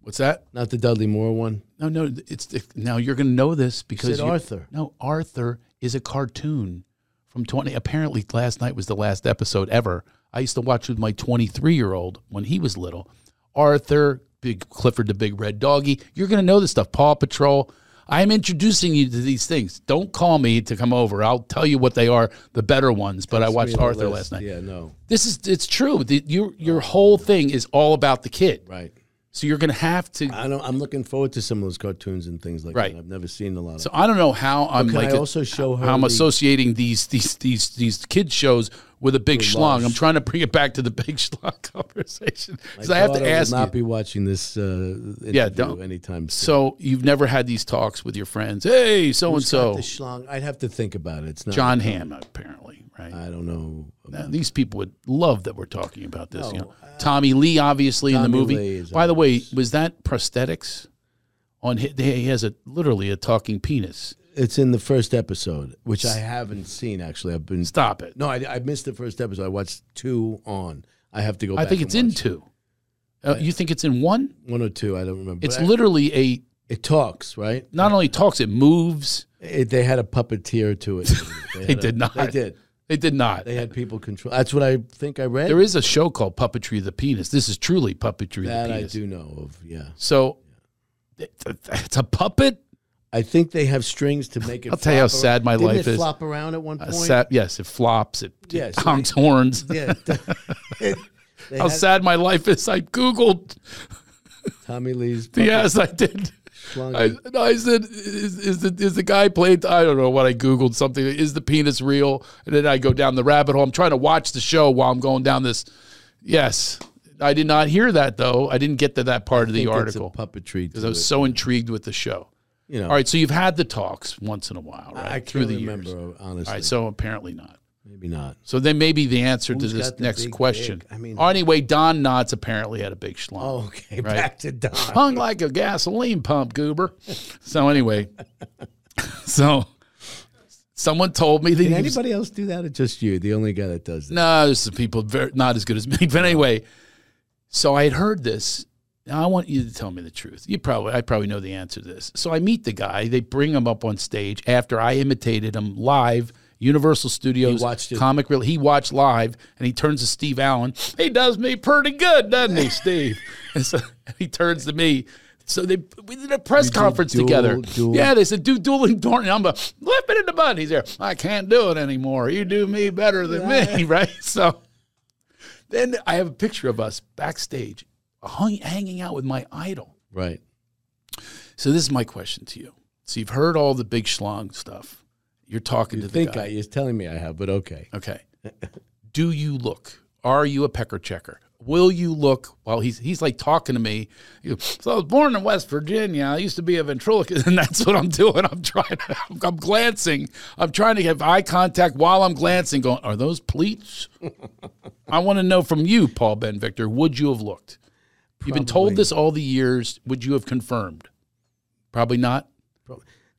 Speaker 1: What's that?
Speaker 2: Not the Dudley Moore one.
Speaker 1: No, no. It's the, now you're going to know this because
Speaker 2: said
Speaker 1: you-
Speaker 2: Arthur.
Speaker 1: No, Arthur is a cartoon from 20. Apparently, last night was the last episode ever. I used to watch with my 23 year old when he was little. Arthur, Big Clifford the Big Red Doggy. You're going to know this stuff. Paw Patrol. I'm introducing you to these things. Don't call me to come over. I'll tell you what they are, the better ones. But I watched
Speaker 2: Read the
Speaker 1: Arthur
Speaker 2: list.
Speaker 1: last night.
Speaker 2: Yeah, no.
Speaker 1: This is it's true. The, your your whole thing is all about the kid.
Speaker 2: Right.
Speaker 1: So you're going to have to.
Speaker 2: I don't. I'm looking forward to some of those cartoons and things like
Speaker 1: Right.
Speaker 2: that. I've never seen a lot of.
Speaker 1: So I don't know how I'm
Speaker 2: can
Speaker 1: like
Speaker 2: I also show her
Speaker 1: how I'm
Speaker 2: the-
Speaker 1: associating these these these these kid shows with a big schlong.
Speaker 2: love.
Speaker 1: I'm trying to bring it back to the big [LAUGHS] schlong conversation because
Speaker 2: My
Speaker 1: I have
Speaker 2: daughter
Speaker 1: to
Speaker 2: will
Speaker 1: ask
Speaker 2: Not
Speaker 1: you.
Speaker 2: be watching this. Uh, interview
Speaker 1: Yeah, don't-
Speaker 2: anytime. soon.
Speaker 1: so you've never had these talks with your friends. Hey, so and
Speaker 2: It's not
Speaker 1: so,
Speaker 2: the schlong. I'd have to think about it. Uh, It's not
Speaker 1: John Hamm, apparently, right?
Speaker 2: I don't know.
Speaker 1: Now, these people would love that we're talking about this. you know, Tommy Lee, obviously in the
Speaker 2: uh, Tommy
Speaker 1: movie.
Speaker 2: Lee is
Speaker 1: By the way, was that prosthetics? On hi- he has a literally a talking penis.
Speaker 2: It's in the first episode, which I haven't seen actually. I've been
Speaker 1: Stop it.
Speaker 2: no, I, I missed the first episode. I watched two on. I have to go.
Speaker 1: I
Speaker 2: back
Speaker 1: think
Speaker 2: and
Speaker 1: it's in
Speaker 2: watch
Speaker 1: two. Uh, you think it's in one?
Speaker 2: one or two. I don't remember.
Speaker 1: It's
Speaker 2: But I-
Speaker 1: literally a
Speaker 2: it talks right.
Speaker 1: not only talks, it moves.
Speaker 2: It, they had a puppeteer
Speaker 1: [LAUGHS]
Speaker 2: to it. They, had a-
Speaker 1: did not.
Speaker 2: They did.
Speaker 1: They did not.
Speaker 2: They had people control. That's what I think I read.
Speaker 1: there is a show called Puppetry of the Penis. This is truly Puppetry of
Speaker 2: that
Speaker 1: the
Speaker 2: I
Speaker 1: Penis.
Speaker 2: do know of. Yeah,
Speaker 1: So it's a, it's a puppet.
Speaker 2: I think they have strings to make it.
Speaker 1: I'll tell you how
Speaker 2: flop ar-
Speaker 1: sad my
Speaker 2: Didn't
Speaker 1: life
Speaker 2: it
Speaker 1: is.
Speaker 2: Flop around at one
Speaker 1: A
Speaker 2: point.
Speaker 1: sa- yes, it flops. It, it
Speaker 2: Yeah, so
Speaker 1: honks horns. [LAUGHS]
Speaker 2: Yeah. They
Speaker 1: how
Speaker 2: had
Speaker 1: sad my life is. I Googled
Speaker 2: Tommy Lee's
Speaker 1: the ass I did.
Speaker 2: schlong.
Speaker 1: I, and I said, is, is, the, is the guy played? I don't know what I Googled something. Is the penis real? And then I go down the rabbit hole. I'm trying to watch the show while I'm going down this. Yes. I did not hear that, though. I didn't get to that part of the
Speaker 2: think
Speaker 1: article
Speaker 2: It's a puppetry.
Speaker 1: because I
Speaker 2: To
Speaker 1: was
Speaker 2: it.
Speaker 1: so intrigued with the show.
Speaker 2: You know,
Speaker 1: All right. So you've had the talks once in a while, right?
Speaker 2: I can't
Speaker 1: Through the
Speaker 2: remember uh,
Speaker 1: years.
Speaker 2: honestly.
Speaker 1: All right. So apparently not.
Speaker 2: Maybe not.
Speaker 1: So then maybe the answer
Speaker 2: Who's
Speaker 1: to this
Speaker 2: got the
Speaker 1: next
Speaker 2: big
Speaker 1: question.
Speaker 2: dick? I mean-
Speaker 1: Oh, anyway, Don Knotts apparently had a big schlong.
Speaker 2: Oh, okay.
Speaker 1: Right.
Speaker 2: Back to Don.
Speaker 1: hung like a gasoline pump, goober. So anyway, [LAUGHS] so someone told me that
Speaker 2: Did
Speaker 1: he was-
Speaker 2: anybody else do that, or just you? The only guy that does that.
Speaker 1: no, there's some people very, not as good as me. [LAUGHS] But anyway, so I had heard this. Now I want you to tell me the truth. You probably, I probably know the answer to this. So I meet the guy. They bring him up on stage after I imitated him live. Universal Studios
Speaker 2: He watched it.
Speaker 1: comic reel. He watched live, and he turns to Steve Allen. He does me pretty good, doesn't
Speaker 2: [LAUGHS]
Speaker 1: he, Steve? and so he turns to me. So they we did a press conference
Speaker 2: dual-
Speaker 1: together.
Speaker 2: dual-
Speaker 1: Yeah, they said do dueling Thornton. I'm a lip it in the bud. He's there. I can't do it anymore. You do me better than me, [LAUGHS] right? So then I have a picture of us backstage hung, hanging out with my idol.
Speaker 2: Right.
Speaker 1: So this is my question to you. So you've heard all the big schlong stuff. You're talking
Speaker 2: You
Speaker 1: to the
Speaker 2: think I,
Speaker 1: guy.
Speaker 2: you're telling me I have, but okay.
Speaker 1: okay. Do you look? Are you a pecker checker? Will you look while he's he's like talking to me? he goes, so I was born in West Virginia. I used to be a ventriloquist, [LAUGHS] and that's what I'm doing. I'm trying to, I'm glancing. I'm trying to have eye contact while I'm glancing. Going, are those pleats? [LAUGHS] I want to know from you, Paul Ben Victor. Would you have looked? You've been told this all the years. Would you have confirmed? Probably Oh, not.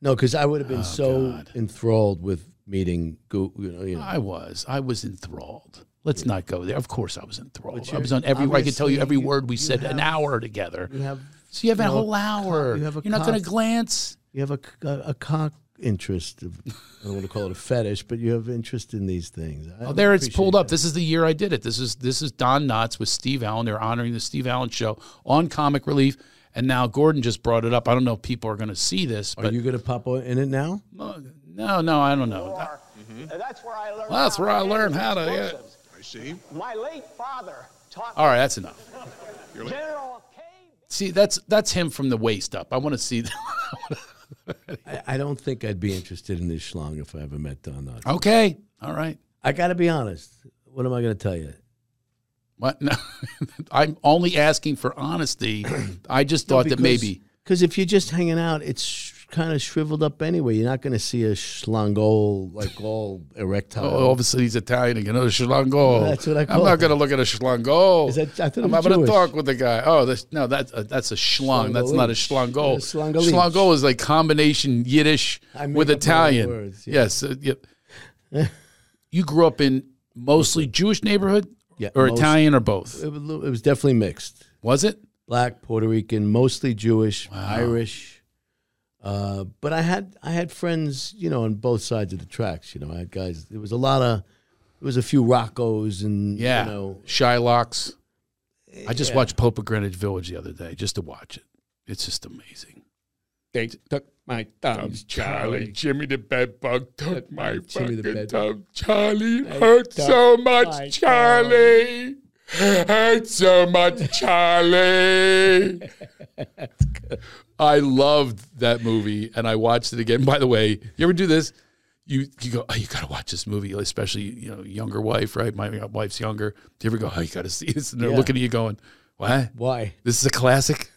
Speaker 2: No, because I would have been so enthralled with meeting. Go, you know, you know.
Speaker 1: I was. I was enthralled. Let's not go there. Of course, I was enthralled. I was on every. I could tell you every
Speaker 2: obviously, you-
Speaker 1: word we
Speaker 2: you
Speaker 1: said an
Speaker 2: have-
Speaker 1: hour together.
Speaker 2: you have
Speaker 1: so you have a
Speaker 2: know,
Speaker 1: whole hour.
Speaker 2: you
Speaker 1: You
Speaker 2: have a
Speaker 1: are not going to
Speaker 2: cock-
Speaker 1: glance.
Speaker 2: you have a, c- a- a cock interest. Of, I don't want to call it a fetish, but you have interest in these things. I
Speaker 1: Oh, there it's
Speaker 2: appreciate
Speaker 1: pulled up. This is the year I did it. This is this is Don Knotts with Steve Allen. They're honoring the Steve Allen show on Comic Relief, and now Gordon just brought it up. I don't know if people are going to see this,
Speaker 2: Are
Speaker 1: but
Speaker 2: you going to pop in it now?
Speaker 1: no, no, I don't know.
Speaker 6: That's where I learned.
Speaker 1: Mm-hmm. That's
Speaker 6: how
Speaker 1: where I
Speaker 6: to
Speaker 1: learned
Speaker 6: handle
Speaker 1: how to- yeah.
Speaker 6: explosives. My late father taught
Speaker 1: All right, that's enough.
Speaker 6: General K.
Speaker 1: See, that's that's him from the waist up. I want to see. That.
Speaker 2: I, I don't think I'd be interested in this schlong if I ever met Don Knotts.
Speaker 1: Okay, [LAUGHS] all right.
Speaker 2: I got to be honest. What am I going to tell you?
Speaker 1: What? [LAUGHS] No, I'm only asking for honesty. I just thought that maybe.
Speaker 2: because if you're just hanging out, it's sh- kind of shriveled up anyway. You're not going to see a schlongole like all erectile.
Speaker 1: Oh, obviously he's Italian again. Oh, Shlongo.
Speaker 2: That's what I
Speaker 1: I'm
Speaker 2: call
Speaker 1: not
Speaker 2: it.
Speaker 1: going to look at a Shlongo.
Speaker 2: Is that- I thought it
Speaker 1: am
Speaker 2: was
Speaker 1: having a
Speaker 2: Jewish.
Speaker 1: talk with the guy. Oh, that's, no, that's a, that's a schlong. That's not a
Speaker 2: Shlongolese.
Speaker 1: Shlongo.
Speaker 2: Yeah, Shlongolese.
Speaker 1: Shlongo is like combination Yiddish
Speaker 2: I make
Speaker 1: with
Speaker 2: up my own
Speaker 1: Italian.
Speaker 2: words, yeah.
Speaker 1: Yes. uh, yep. you grew up in mostly Jewish neighborhood
Speaker 2: Yeah,
Speaker 1: or
Speaker 2: most- Uh,
Speaker 1: Italian or both?
Speaker 2: It was, it was definitely mixed.
Speaker 1: Was it?
Speaker 2: Black, Puerto Rican, mostly Jewish, Irish. Uh, but I had I had friends, you know, on both sides of the tracks. You know, I had guys. There was a lot of, there was a few Roccos and
Speaker 1: Yeah.
Speaker 2: you know,
Speaker 1: Shylocks. I just watched Pope of Greenwich Village the other day just to watch it. It's just amazing.
Speaker 7: They took my thumbs, Charlie. Jimmy the bed bug took my
Speaker 2: Jimmy the
Speaker 7: fucking
Speaker 2: bed
Speaker 7: thumb, Charlie. Hurt so much, Charlie. hurt so much, Charlie.
Speaker 1: I loved that movie, and I watched it again. [LAUGHS] By the way, you ever do this? You you go, oh, you gotta watch this movie, especially you know younger wife, right? My wife's younger. Do you ever go, oh, you gotta see this? And they're
Speaker 2: Yeah.
Speaker 1: looking at you, going, what?
Speaker 2: Why?
Speaker 1: This is a classic.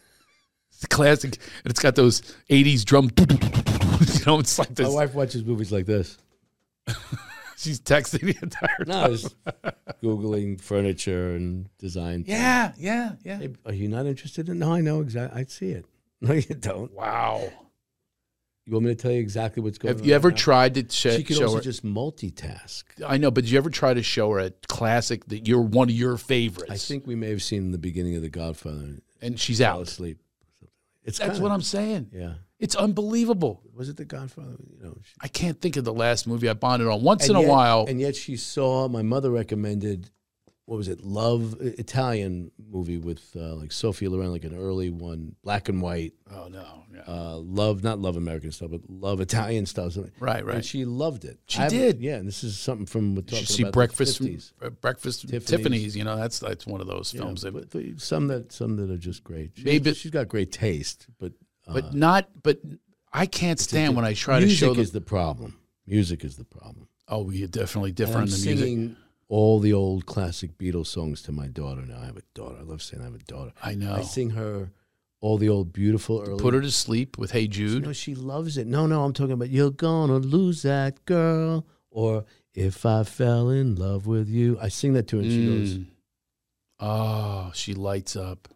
Speaker 1: It's a classic, and it's got those '80s drum. [LAUGHS] You know, it's like
Speaker 2: My
Speaker 1: this.
Speaker 2: wife watches movies like this.
Speaker 1: She's texting the entire time.
Speaker 2: No,
Speaker 1: [LAUGHS]
Speaker 2: it's googling furniture and design.
Speaker 1: Yeah, yeah, yeah.
Speaker 2: Hey, are you not interested in? No, I know exactly. I see it. [LAUGHS] No, you don't.
Speaker 1: Wow.
Speaker 2: You want me to tell you exactly what's going on?
Speaker 1: Have you ever
Speaker 2: right now?
Speaker 1: tried to sh-
Speaker 2: She can
Speaker 1: show
Speaker 2: also
Speaker 1: her?
Speaker 2: just multitask.
Speaker 1: I know, but did you ever try to show her a classic that you're one of your favorites?
Speaker 2: I think we may have seen the beginning of The Godfather and
Speaker 1: and she's
Speaker 2: fell
Speaker 1: out.
Speaker 2: asleep. It's
Speaker 1: That's what I'm saying.
Speaker 2: Yeah.
Speaker 1: It's unbelievable.
Speaker 2: Was it The Godfather? You know. she-
Speaker 1: I can't think of the last movie I bonded on. Once in
Speaker 2: And
Speaker 1: a
Speaker 2: yet-
Speaker 1: while,
Speaker 2: And yet she saw my mother recommended. What was it? Love i- Italian movie with uh, like Sophia Loren, like an early one, black and white.
Speaker 1: oh no, yeah.
Speaker 2: Uh, love, not love American stuff, but love Italian stuff. something.
Speaker 1: right,
Speaker 2: And
Speaker 1: right.
Speaker 2: she loved it.
Speaker 1: She
Speaker 2: I haven't-
Speaker 1: did.
Speaker 2: Yeah, and this is something from we're
Speaker 1: You
Speaker 2: talking
Speaker 1: should see
Speaker 2: about the
Speaker 1: Breakfast,
Speaker 2: 50s.
Speaker 1: uh, Breakfast Tiffany's.
Speaker 2: Tiffany's.
Speaker 1: You know, that's that's one of those
Speaker 2: Yeah,
Speaker 1: films. that,
Speaker 2: but the- some that some that are just great. She's,
Speaker 1: Maybe-
Speaker 2: she's got great taste, but uh,
Speaker 1: but not. But I can't stand when I try to
Speaker 2: music
Speaker 1: show them.
Speaker 2: is the problem. Music is the problem.
Speaker 1: oh, you're definitely
Speaker 2: And I'm
Speaker 1: different in the music.
Speaker 2: singing all the old classic Beatles songs to my daughter now. I have a daughter. I love saying I have a daughter.
Speaker 1: I know.
Speaker 2: I sing her all the old beautiful early.
Speaker 1: Put her to sleep with Hey Jude.
Speaker 2: No, she loves it. No, no, I'm talking about you're gonna lose that girl, or if I fell in love with you. I sing that to her, and she goes,
Speaker 1: Mm. Oh, she lights up.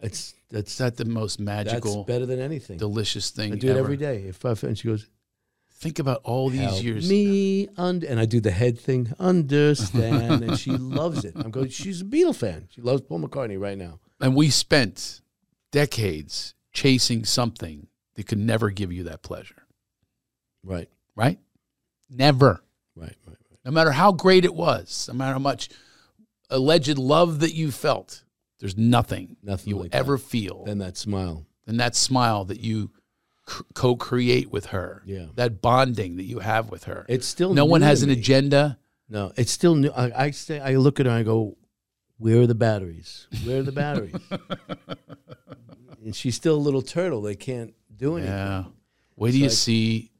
Speaker 2: "It's
Speaker 1: Is
Speaker 2: that's
Speaker 1: that the most
Speaker 2: that's
Speaker 1: magical,
Speaker 2: better than anything."
Speaker 1: delicious thing
Speaker 2: I do
Speaker 1: ever?
Speaker 2: it every day. If I fell, and she goes,
Speaker 1: Think about all these
Speaker 2: Help
Speaker 1: years.
Speaker 2: Me und- and I do the head thing, understand,
Speaker 1: [LAUGHS]
Speaker 2: and she loves it. I'm going, she's a Beatle fan. She loves Paul McCartney right now.
Speaker 1: And we spent decades chasing something that could never give you that pleasure,
Speaker 2: Right,
Speaker 1: right? Never.
Speaker 2: right, right. right.
Speaker 1: No matter how great it was, no matter how much alleged love that you felt, there's nothing,
Speaker 2: Nothing
Speaker 1: you'll
Speaker 2: like that.
Speaker 1: ever feel
Speaker 2: Then that smile.
Speaker 1: than that smile that you co create with her,
Speaker 2: Yeah.
Speaker 1: that bonding that you have with her.
Speaker 2: It's still
Speaker 1: no one
Speaker 2: new
Speaker 1: has
Speaker 2: to
Speaker 1: an
Speaker 2: me.
Speaker 1: agenda.
Speaker 2: No, it's still new. I, I say, I look at her and I go, where are the batteries? Where are
Speaker 1: [LAUGHS]
Speaker 2: the batteries? and she's still a little turtle. They can't do anything.
Speaker 1: Yeah. Wait till you see.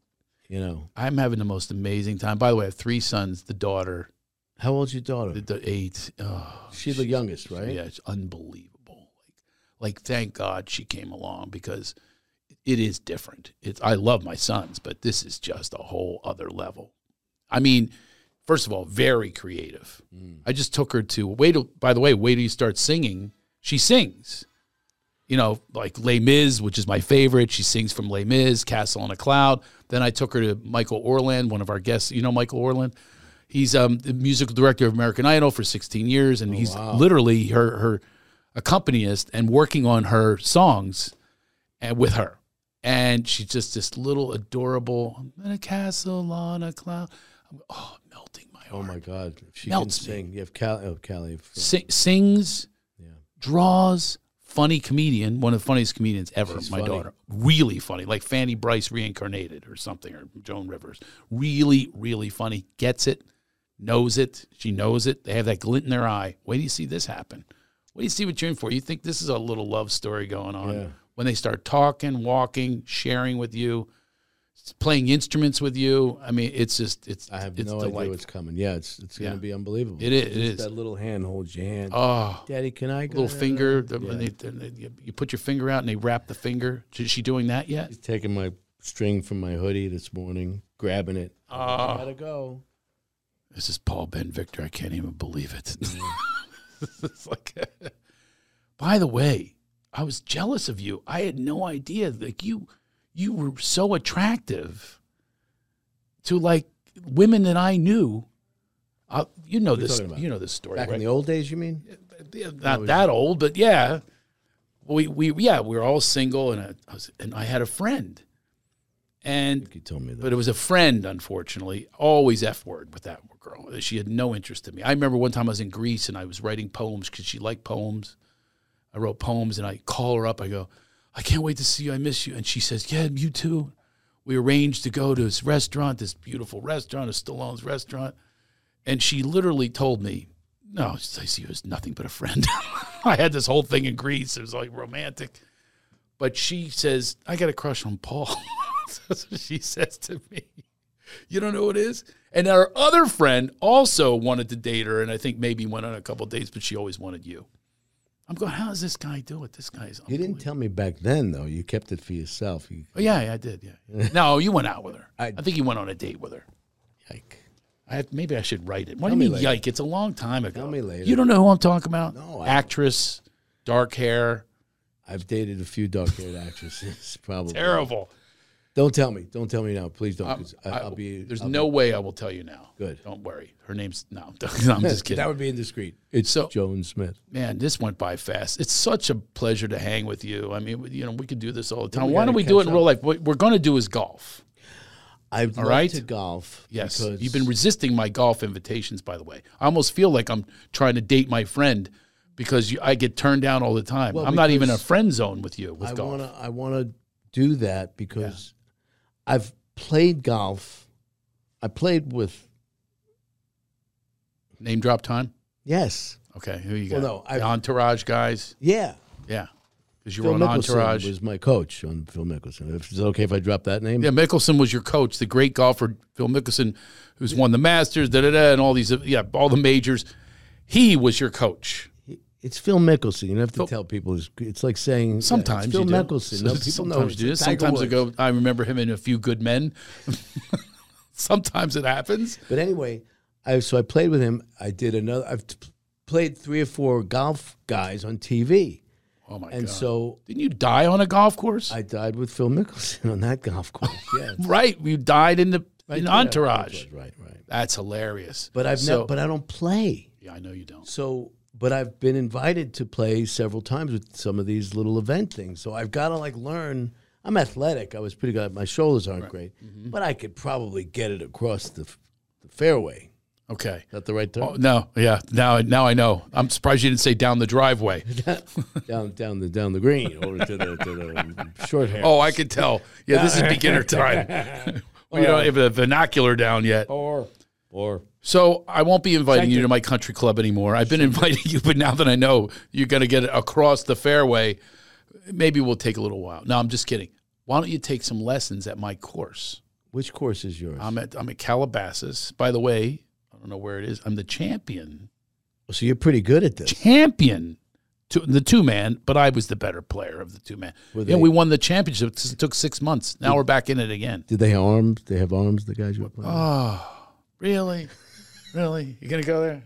Speaker 2: You know,
Speaker 1: I'm having the most amazing time. By the way, I have three sons, the daughter,
Speaker 2: how old's your daughter?
Speaker 1: the, the eight. Oh,
Speaker 2: she's the youngest, right?
Speaker 1: Yeah, it's unbelievable. Like, like thank God she came along because it is different. It's I love my sons, but this is just a whole other level. I mean, first of all, very creative. I just took her to wait. till- By the way, wait till you start singing. She sings. You know, like Les Mis, which is my favorite. She sings from Les Mis, Castle on a Cloud. Then I took her to Michael Orland, one of our guests. You know Michael Orland? He's um, the musical director of American Idol for 16 years, and he's literally her her accompanist and working on her songs and with her. And she's just this little adorable. I'm in a castle on a cloud. I'm, oh, melting my
Speaker 2: Oh
Speaker 1: heart.
Speaker 2: my God. If she
Speaker 1: Melts me.
Speaker 2: can sing. You have Callie. Oh, Callie. from-
Speaker 1: Sing, sings,
Speaker 2: Yeah.
Speaker 1: draws. Funny comedian, one of the funniest comedians ever.
Speaker 2: She's
Speaker 1: my
Speaker 2: funny.
Speaker 1: daughter, really funny, like Fanny Bryce reincarnated or something, or Joan Rivers. Really, really funny. Gets it, knows it. She knows it. They have that glint in their eye. Wait do you see this happen. Wait do you see what you're in for. You think this is a little love story going on
Speaker 2: Yeah.
Speaker 1: when they start talking, walking, sharing with you, playing instruments with you. I mean, it's just it's
Speaker 2: I have
Speaker 1: it's
Speaker 2: no
Speaker 1: delightful.
Speaker 2: idea what's coming. Yeah, it's it's
Speaker 1: Yeah.
Speaker 2: gonna be unbelievable.
Speaker 1: It is- it
Speaker 2: Just
Speaker 1: is.
Speaker 2: That little hand holds your hand.
Speaker 1: oh.
Speaker 2: Daddy, can I go?
Speaker 1: little finger. the- and they- and they- you put your finger out and they wrap the finger. Is she doing that yet?
Speaker 2: He's taking my string from my hoodie this morning, grabbing it. I
Speaker 1: Oh,
Speaker 2: gotta go.
Speaker 1: this is Paul Ben Victor. I can't even believe it. [LAUGHS] it's like, [LAUGHS] by the way, I was jealous of you. I had no idea. Like you, you were so attractive to like women that I knew. I, you know this.
Speaker 2: talking about?
Speaker 1: You know this story,
Speaker 2: Back
Speaker 1: right?
Speaker 2: in the old days, you mean?
Speaker 1: Yeah, not that old, but yeah, we we yeah we were all single, and I, I was, and I had a friend, and
Speaker 2: You told me that.
Speaker 1: but it was a friend, unfortunately. Always F word with that girl. She had no interest in me. I remember one time I was in Greece and I was writing poems because she liked poems. I wrote poems and I call her up. I go, I can't wait to see you. I miss you. And she says, Yeah, you too. We arranged to go to this restaurant, this beautiful restaurant, a Stallone's restaurant. And she literally told me, no, I see you as nothing but a friend. [LAUGHS] I had this whole thing in Greece. It was like romantic. But she says, I got a crush on Paul. [LAUGHS] That's what she says to me. You don't know who it is? And our other friend also wanted to date her, and I think maybe went on a couple dates, but she always wanted you. I'm going, how does this guy do it? This guy's
Speaker 2: You didn't tell me back then, though. You kept it for yourself. You,
Speaker 1: Oh, yeah, yeah, I did.
Speaker 2: [LAUGHS]
Speaker 1: Yeah. no, you went out with her. I,
Speaker 2: I-
Speaker 1: think you went on a date with her.
Speaker 2: yike.
Speaker 1: I have, maybe I should write it. What do
Speaker 2: me
Speaker 1: you mean,
Speaker 2: later.
Speaker 1: yike? It's a long time ago.
Speaker 2: Tell me later.
Speaker 1: You don't know who I'm talking about?
Speaker 2: No, I don't.
Speaker 1: Actress, dark hair,
Speaker 2: I've dated a few dark-haired actresses. [LAUGHS] Probably
Speaker 1: terrible.
Speaker 2: Don't tell me. Don't tell me now, please don't. 'cause I,
Speaker 1: I-
Speaker 2: will be.
Speaker 1: There's
Speaker 2: [LAUGHS] I'll be-
Speaker 1: no way I will tell you now.
Speaker 2: Good.
Speaker 1: Don't worry. Her name's no. [LAUGHS] I'm just kidding.
Speaker 2: That would be indiscreet. It's
Speaker 1: So-
Speaker 2: Joan Smith.
Speaker 1: Man, this went by fast. It's such a pleasure to hang with you. I mean, you know, we could do this all the time. Why
Speaker 2: gotta
Speaker 1: don't we do it
Speaker 2: catch
Speaker 1: in real life? What we're going to do is golf.
Speaker 2: I'd love
Speaker 1: right.
Speaker 2: to golf.
Speaker 1: Yes,
Speaker 2: because
Speaker 1: you've been resisting my golf invitations. By the way, I almost feel like I'm trying to date my friend because you, I get turned down all the time.
Speaker 2: Well,
Speaker 1: I'm not even in a
Speaker 2: because
Speaker 1: friend zone with you with
Speaker 2: I
Speaker 1: golf.
Speaker 2: want to. I want to do that because I've played golf. I played with
Speaker 1: Name drop time.
Speaker 2: yes,
Speaker 1: Okay, who you got?
Speaker 2: Well, no, I-
Speaker 1: The entourage guys.
Speaker 2: yeah.
Speaker 1: Yeah, because you
Speaker 2: Phil
Speaker 1: were on
Speaker 2: Mickelson
Speaker 1: entourage.
Speaker 2: was my coach on Phil Mickelson. If it's okay if I drop that name,
Speaker 1: Yeah, Mickelson was your coach, the great golfer Phil Mickelson, who's won the Masters, da da da, and all these, yeah, all the majors. He was your coach.
Speaker 2: it's Phil Mickelson. You don't have to tell people. It's, it's like saying yeah, it's
Speaker 1: Sometimes
Speaker 2: Phil
Speaker 1: you do. [LAUGHS]
Speaker 2: Mickelson. No, people
Speaker 1: sometimes
Speaker 2: know.
Speaker 1: you
Speaker 2: it's
Speaker 1: do.
Speaker 2: Tiger
Speaker 1: Sometimes I
Speaker 2: Woods.
Speaker 1: go. I remember him in A Few Good Men. [LAUGHS] sometimes it happens.
Speaker 2: But anyway, I so I played with him. I did another. I've t- played three or four golf guys on TV,
Speaker 1: Oh my
Speaker 2: and
Speaker 1: god!
Speaker 2: so
Speaker 1: Didn't you die on a golf course?
Speaker 2: I died with Phil Mickelson [LAUGHS] on that golf course. Yeah,
Speaker 1: [LAUGHS] right, you died in the in
Speaker 2: Yeah,
Speaker 1: entourage.
Speaker 2: Right, right.
Speaker 1: That's hilarious.
Speaker 2: But I've
Speaker 1: So-
Speaker 2: never. But I don't play.
Speaker 1: yeah, I know you don't.
Speaker 2: So, but I've been invited to play several times with some of these little event things. So I've got to like learn. I'm athletic. I was pretty good. My shoulders aren't great,
Speaker 1: Mm-hmm.
Speaker 2: but I could probably get it across the, f- the fairway.
Speaker 1: Okay.
Speaker 2: Not the right turn.
Speaker 1: Oh, [LAUGHS] no, yeah. Now, now I know. I'm surprised you didn't say down the driveway.
Speaker 2: down down the down the green over to the, to
Speaker 1: [LAUGHS]
Speaker 2: the short hair.
Speaker 1: Oh, I could tell. Yeah, this is beginner time. we don't have the vernacular down yet.
Speaker 7: Or
Speaker 2: or
Speaker 1: So I won't be inviting you to my country club anymore. I've been [LAUGHS] inviting you, but now that I know you're going to get it across the fairway, maybe we'll take a little while. No, I'm just kidding. Why don't you take some lessons at my course?
Speaker 2: which course is yours?
Speaker 1: I'm at I'm at Calabasas. By the way, I don't know where it is. I'm the champion.
Speaker 2: so you're pretty good
Speaker 1: [LAUGHS]
Speaker 2: at this.
Speaker 1: Champion. To the two man, but I was the better player of the two man.
Speaker 2: Were
Speaker 1: Yeah,
Speaker 2: they-
Speaker 1: we won the championship. It took six months. Now we're back in it again.
Speaker 2: Did they have arms? They have arms. The guys you were playing. with?
Speaker 1: Oh, really? Really? You gonna go
Speaker 2: [LAUGHS]
Speaker 1: there?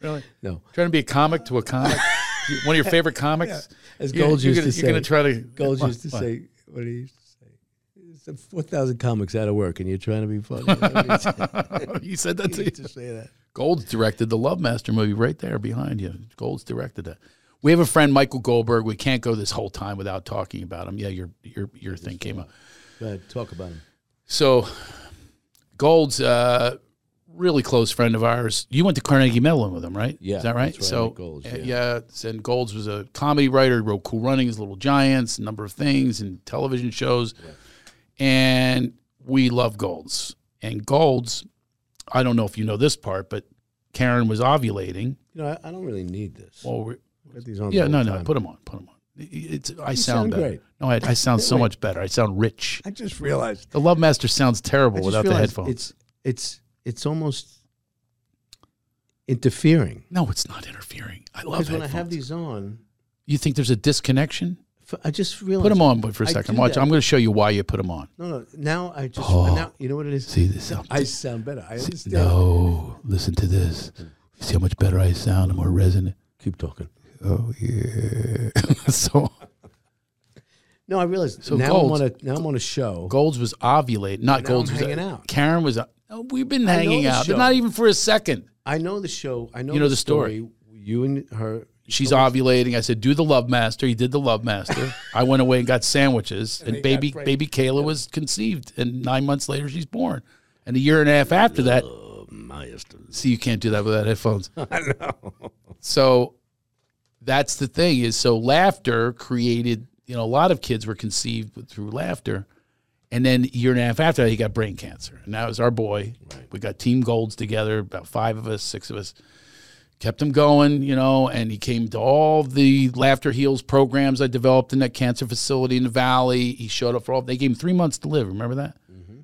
Speaker 1: Really?
Speaker 2: no,
Speaker 1: Trying to be a comic to a
Speaker 2: [LAUGHS]
Speaker 1: comic? One of your favorite comics?
Speaker 2: as
Speaker 1: You-
Speaker 2: Gold
Speaker 1: you're
Speaker 2: used
Speaker 1: gonna,
Speaker 2: to say.
Speaker 1: You're gonna try to.
Speaker 2: Gold
Speaker 1: what-
Speaker 2: used to
Speaker 1: what?
Speaker 2: say. What he used to say. It's the four thousand comics out of work, and you're trying to
Speaker 1: [LAUGHS]
Speaker 2: be funny. he
Speaker 1: you said
Speaker 2: [LAUGHS]
Speaker 1: that to you.
Speaker 2: used to say that.
Speaker 1: Gold's directed the Love Master movie right there behind you. Gold's directed that. We have a friend, Michael Goldberg. We can't go this whole time without talking about him. Yeah, your your your thing came up.
Speaker 2: Go ahead, talk about him.
Speaker 1: So, Gold's uh, really close friend of ours. You went to Carnegie Mellon with him, right?
Speaker 2: Yeah,
Speaker 1: is that right?
Speaker 2: that's right,
Speaker 1: So,
Speaker 2: with Golds,
Speaker 1: uh,
Speaker 2: yeah.
Speaker 1: yeah. and Golds was a comedy writer. Wrote Cool Runnings, Little Giants, a number of things, and television shows. And we love Golds. And Golds, I don't know if you know this part, but Karen was ovulating.
Speaker 2: You know, I, I don't really need this.
Speaker 1: Well, we-
Speaker 2: I've got these arms
Speaker 1: yeah,
Speaker 2: all
Speaker 1: no,
Speaker 2: the
Speaker 1: no,
Speaker 2: time.
Speaker 1: put them on, put them on. It's, I sound,
Speaker 2: sound
Speaker 1: better.
Speaker 2: great.
Speaker 1: No, I, I sound so much better. I sound rich.
Speaker 2: I just realized.
Speaker 1: The Love Master sounds
Speaker 2: I
Speaker 1: terrible
Speaker 2: just
Speaker 1: without the
Speaker 2: realized
Speaker 1: headphones.
Speaker 2: It's it's it's almost interfering
Speaker 1: No, it's not interfering. I love
Speaker 2: because
Speaker 1: headphones.
Speaker 2: when I have these on,
Speaker 1: you think there's a disconnection?
Speaker 2: f- I just realized.
Speaker 1: Put them on for a
Speaker 2: I
Speaker 1: second.
Speaker 2: do
Speaker 1: Watch.
Speaker 2: that.
Speaker 1: I'm going to show you why you put them on.
Speaker 2: No, no. Now I just
Speaker 1: Oh.
Speaker 2: now you know what it is.
Speaker 1: See this?
Speaker 2: I sound better. I understand.
Speaker 1: no, listen to this. See how much better I sound. I'm more resonant. [LAUGHS]
Speaker 2: Keep talking.
Speaker 3: Oh yeah.
Speaker 1: so
Speaker 2: No, I realized.
Speaker 1: So
Speaker 2: So now
Speaker 1: Gold's-
Speaker 2: I'm on a now I'm on a show.
Speaker 1: Golds was ovulating. Not
Speaker 2: Now
Speaker 1: Golds
Speaker 2: I'm
Speaker 1: was
Speaker 2: hanging out.
Speaker 1: Karen was. Oh, we've been
Speaker 2: I know
Speaker 1: hanging
Speaker 2: the
Speaker 1: out.
Speaker 2: show.
Speaker 1: Not even for a second.
Speaker 2: I know the show. I know.
Speaker 1: You know the story.
Speaker 2: story. You and her.
Speaker 1: She's ovulating. I said, "Do the Love Master." He did the Love Master. I went away and got sandwiches, and, baby baby Kayla was conceived, and nine months later she's born, and a year and a half after that, see you can't do that without headphones. [LAUGHS] I know. So that's the thing is so laughter created. You know, a lot of kids were conceived with- through laughter, and then a year and a half after that, he got brain cancer, and that was our boy. We got Team Golds together, about five of us, six of us kept him going, you know, and he came to all the Laughter Heals programs I developed in that cancer facility in the Valley. He showed up for all, they gave him three months to live. Remember that?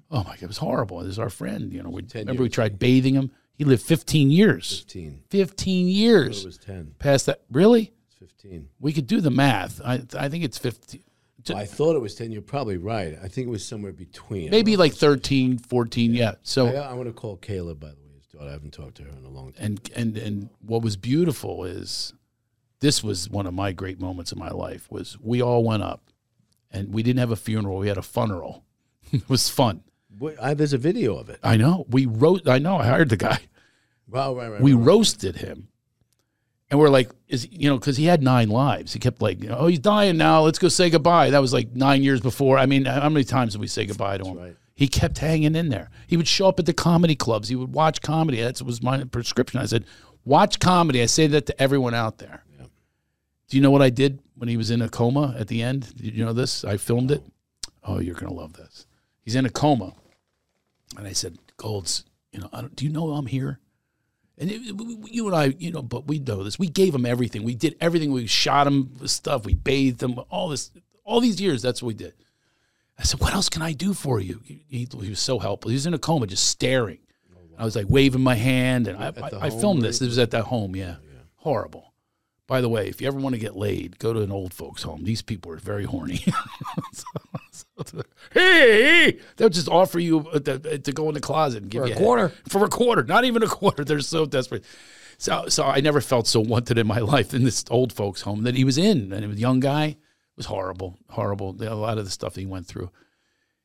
Speaker 1: Oh my God, it was horrible. This is our friend, you know. We, remember we tried bathing him? He lived 15 years.
Speaker 2: 15.
Speaker 1: 15 years
Speaker 2: It was 10.
Speaker 1: past that. Really?
Speaker 2: It's 15.
Speaker 1: We could do the math. I, I think it's 15,
Speaker 2: I thought it was 10. You're probably right. I think it was somewhere between.
Speaker 1: maybe like 13, 14. Yeah. So,
Speaker 2: I, I want to call Kayla, by the way, his daughter. I haven't talked to her in a long time.
Speaker 1: and and and what was beautiful is this was one of my great moments in my life was we all went up and we didn't have a funeral we had a funeral [LAUGHS] it was fun
Speaker 2: Wait, I, there's a video of it.
Speaker 1: i know we wrote i know i hired the guy
Speaker 2: Wow, right, right.
Speaker 1: we
Speaker 2: right.
Speaker 1: roasted him and we're like is you know because he had nine lives he kept like you know, oh he's dying now let's go say goodbye that was like nine years before i mean how many times did we say goodbye to him
Speaker 2: right.
Speaker 1: he kept hanging in there he would show up at the comedy clubs he would watch comedy that was my prescription i said watch comedy i say that to everyone out there do you know what i did when he was in a coma at the end did you know this i filmed it oh you're gonna love this he's in a coma and i said golds you know I don't, do you know i'm here and it, w- w- you and I, you know, but we know this. We gave him everything. We did everything. We shot him with stuff. We bathed him. All this, all these years, that's what we did. I said, "What else can I do for you?" He, he- he was so helpful. He was in a coma, just staring. I was like waving my hand, and I, I, I filmed this. It was at that home. Yeah. horrible. By the way, if you ever want to get laid, go to an old folks' home. These people are very horny. [LAUGHS] So- so- hey, they'll just offer you uh, to, to go in the closet and give you a quarter for a quarter, not even a quarter. They're so desperate. So, so I never felt so wanted in my [LAUGHS] life in this old folks' home that he was in, and he was a young guy. It was horrible, horrible. A lot of the stuff he went through.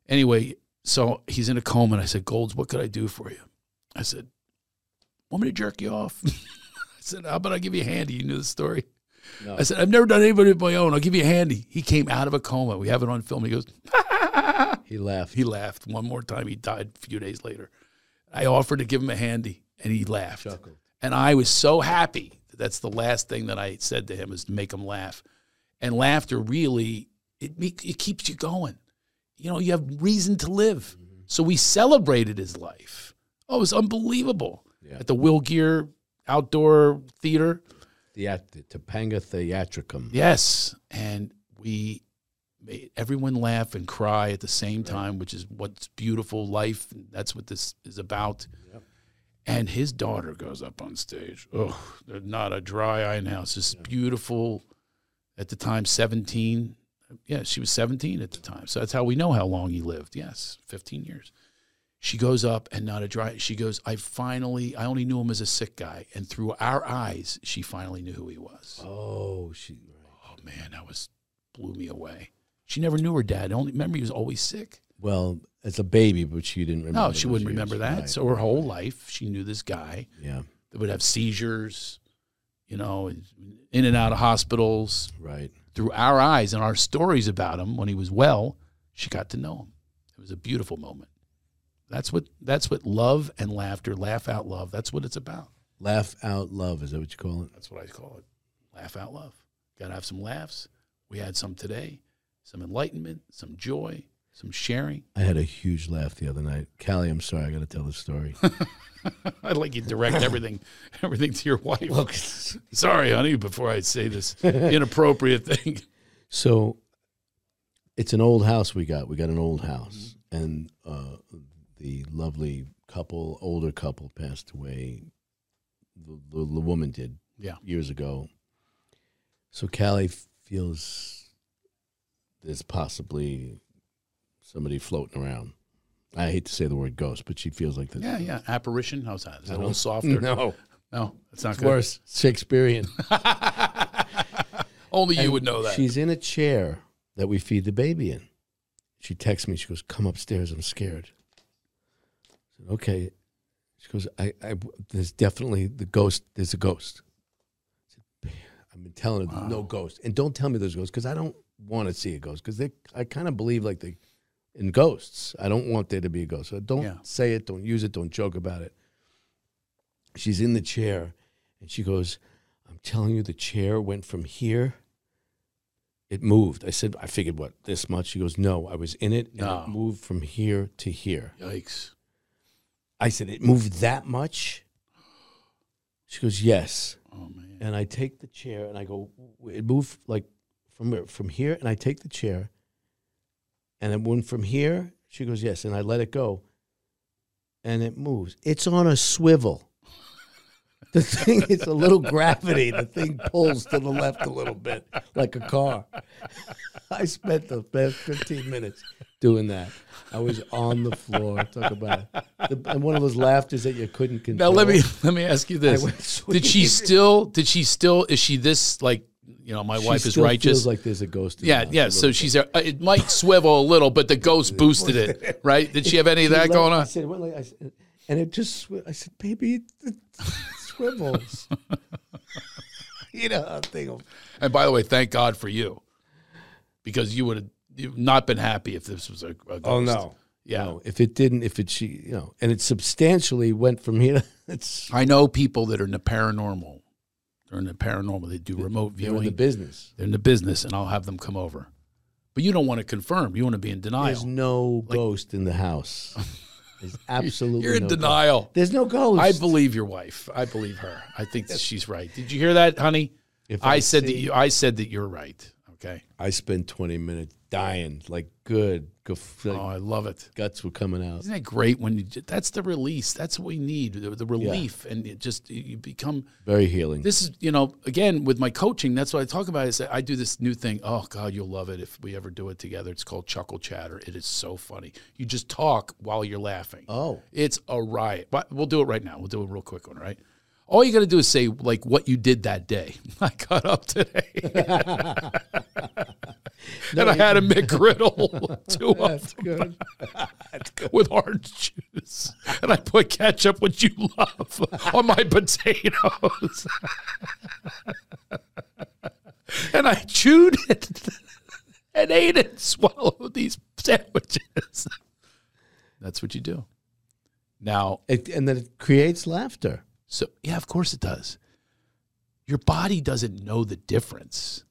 Speaker 1: Anyway, so he's in a coma, and I said, "Golds, what could I do for you?" I said, "Want me to jerk you off?" [LAUGHS] I said, "How about I give you a handy?" You knew the story. I said, "I've never done anybody of my own. I'll give you a handy." He came out of a coma. We have it on film. He goes,
Speaker 2: He laughed.
Speaker 1: he laughed one more time. He died a few days later. I offered to give him a handy, and he laughed. And I was so happy. That's the last thing that I said to him is to make him laugh. And laughter really it me- it keeps you going. You know, you have reason to live. So we celebrated his life. Oh, it was unbelievable at the Will Gear Outdoor Theater.
Speaker 2: the, at- the Topanga Theatricum.
Speaker 1: Yes, and we made everyone laugh and cry at the same time, which is what's beautiful life. That's what this is about. And his daughter goes up on stage. Oh, there's not a dry eye now. It's just beautiful. At the time, seventeen. Yeah, she was seventeen at the time, so that's how we know how long he lived. Yes, fifteen years. She goes up and not a dry. She goes, I finally, I only knew him as a sick guy, and through our eyes, she finally knew who he was
Speaker 2: Oh, she.
Speaker 1: oh man, that was blew me away. She never knew her dad. Only remember he was always sick.
Speaker 2: Well, as a baby, but she didn't remember.
Speaker 1: No, Oh, she
Speaker 2: those
Speaker 1: wouldn't
Speaker 2: years.
Speaker 1: remember that.
Speaker 2: Right.
Speaker 1: So her whole life, she knew this guy
Speaker 2: yeah,
Speaker 1: that would have seizures, you know, in and out of hospitals.
Speaker 2: right.
Speaker 1: Through our eyes and our stories about him when he was well, she got to know him. It was a beautiful moment. That's what that's what love and laughter, laugh out love. That's what it's about.
Speaker 2: Laugh out love. Is that what you call it?
Speaker 1: That's what I call it. Laugh out love. Got to have some laughs. We had some today, some enlightenment, some joy, some sharing.
Speaker 2: I had a huge laugh the other night. Callie, I'm sorry. I got to tell
Speaker 1: [LAUGHS]
Speaker 2: this story.
Speaker 1: I'd like you to
Speaker 2: [LAUGHS]
Speaker 1: direct everything, everything to your wife. Sorry, honey, before I say
Speaker 2: [LAUGHS]
Speaker 1: this inappropriate thing.
Speaker 2: So it's an old house we got. We got an old house.
Speaker 1: Mm-hmm.
Speaker 2: And uh, the lovely couple, older couple, passed away. The, the, the woman did
Speaker 1: Yeah.
Speaker 2: years ago. So Callie feels there's possibly somebody floating around. I hate to say the word ghost, but she feels like this.
Speaker 1: Yeah, yeah. Apparition. How's that? Is that a little softer?
Speaker 2: [LAUGHS] No,
Speaker 1: no, it's not
Speaker 2: it's
Speaker 1: good.
Speaker 2: worse. Shakespearean.
Speaker 1: Only you would know that.
Speaker 2: She's in a chair that we feed the baby in. She texts me. She goes, "Come upstairs. I'm scared." I said, "Okay." She goes, "I, I there's definitely the ghost. There's a ghost." I said, I've been telling her there's no ghost, and don't tell me there's ghosts because I don't want to see a ghost because they I kind of believe like they in ghosts. I don't want there to be a ghost. So don't
Speaker 1: Yeah.
Speaker 2: say it. Don't use it. Don't joke about it. She's in the chair, and she goes, "I'm telling you, the chair went from here." It moved. I said, I figured what, this much? She goes, No, I was in it and
Speaker 1: No.
Speaker 2: it moved from here to here.
Speaker 1: Yikes.
Speaker 2: I said, It moved that much? She goes, Yes.
Speaker 1: Oh,
Speaker 2: and I take the chair and I go. It moved like from from here, and I take the chair, and it went from here. She goes yes, and I let it go, and it moves. It's on a swivel. [LAUGHS] The thing is a little gravity. The thing pulls to the left a little bit, like a car. [LAUGHS] I spent the best 15 minutes doing that. I was on the floor. Talk about it. The, and one of those laughters that you couldn't
Speaker 1: Now
Speaker 2: control.
Speaker 1: let me [LAUGHS] let me ask you this:
Speaker 2: went swinging.
Speaker 1: Did she still? Did she still? Is she this like? You know, my
Speaker 2: She
Speaker 1: wife is
Speaker 2: still
Speaker 1: righteous.
Speaker 2: Feels like there's a ghost. In
Speaker 1: yeah,
Speaker 2: the house
Speaker 1: yeah.
Speaker 2: a
Speaker 1: So
Speaker 2: little
Speaker 1: she's a, uh, it might swivel a little, but the
Speaker 2: [LAUGHS]
Speaker 1: ghost boosted it, right? Did she have any of
Speaker 2: bit.
Speaker 1: that
Speaker 2: She
Speaker 1: going
Speaker 2: left- I
Speaker 1: on?
Speaker 2: said, "What?" Like, I said, and it just. swi- I said, "Baby, it, it
Speaker 1: [LAUGHS]
Speaker 2: swivels." you know, I'm thinking.
Speaker 1: And by the way, thank God for you, because you would have you've not been happy if this was a, a ghost. yeah.
Speaker 2: Oh, No, if it didn't, if it she, you know, and it substantially went from here. [LAUGHS] It's
Speaker 1: I know people that are in the paranormal. They're in the paranormal. They do remote
Speaker 2: you're in
Speaker 1: viewing.
Speaker 2: the business.
Speaker 1: they're in the business, and I'll have them come over. But you don't want to confirm. You want to be in
Speaker 2: There's
Speaker 1: denial.
Speaker 2: no ghost in
Speaker 1: [LAUGHS]
Speaker 2: the house. There's absolutely
Speaker 1: You're in
Speaker 2: no ghost.
Speaker 1: denial.
Speaker 2: There's no ghost.
Speaker 1: I believe your wife. I believe her. I think that she's right. Did you hear that, honey?
Speaker 2: If
Speaker 1: I, said that
Speaker 2: see-
Speaker 1: you. I said that you're right. Okay.
Speaker 2: I spent 20 minutes dying, like good, guf- like
Speaker 1: Oh, I love it.
Speaker 2: guts were coming out.
Speaker 1: Isn't that great when you? j- That's the release. That's what we need. The, the relief, and it just you become.
Speaker 2: Very healing.
Speaker 1: This is you know again with my coaching. That's what I talk about. Is that I do this new thing. Oh God, you'll love it if we ever do it together. It's called Chuckle Chatter. It is so funny. You just talk while you're laughing.
Speaker 2: oh,
Speaker 1: It's a riot. But we'll do it right now. We'll do a real quick one, right? All you got to do is say like what you did that day. [LAUGHS] I got up today and I had a McGriddle [LAUGHS] two
Speaker 2: [LAUGHS]
Speaker 1: of them
Speaker 2: good.
Speaker 1: with orange juice, and I put ketchup, which you love, on my potatoes, [LAUGHS] and I chewed it and ate it, swallowed these sandwiches. That's what you do. Now,
Speaker 2: It, and then it creates laughter.
Speaker 1: so yeah, of course it does. Your body doesn't know the difference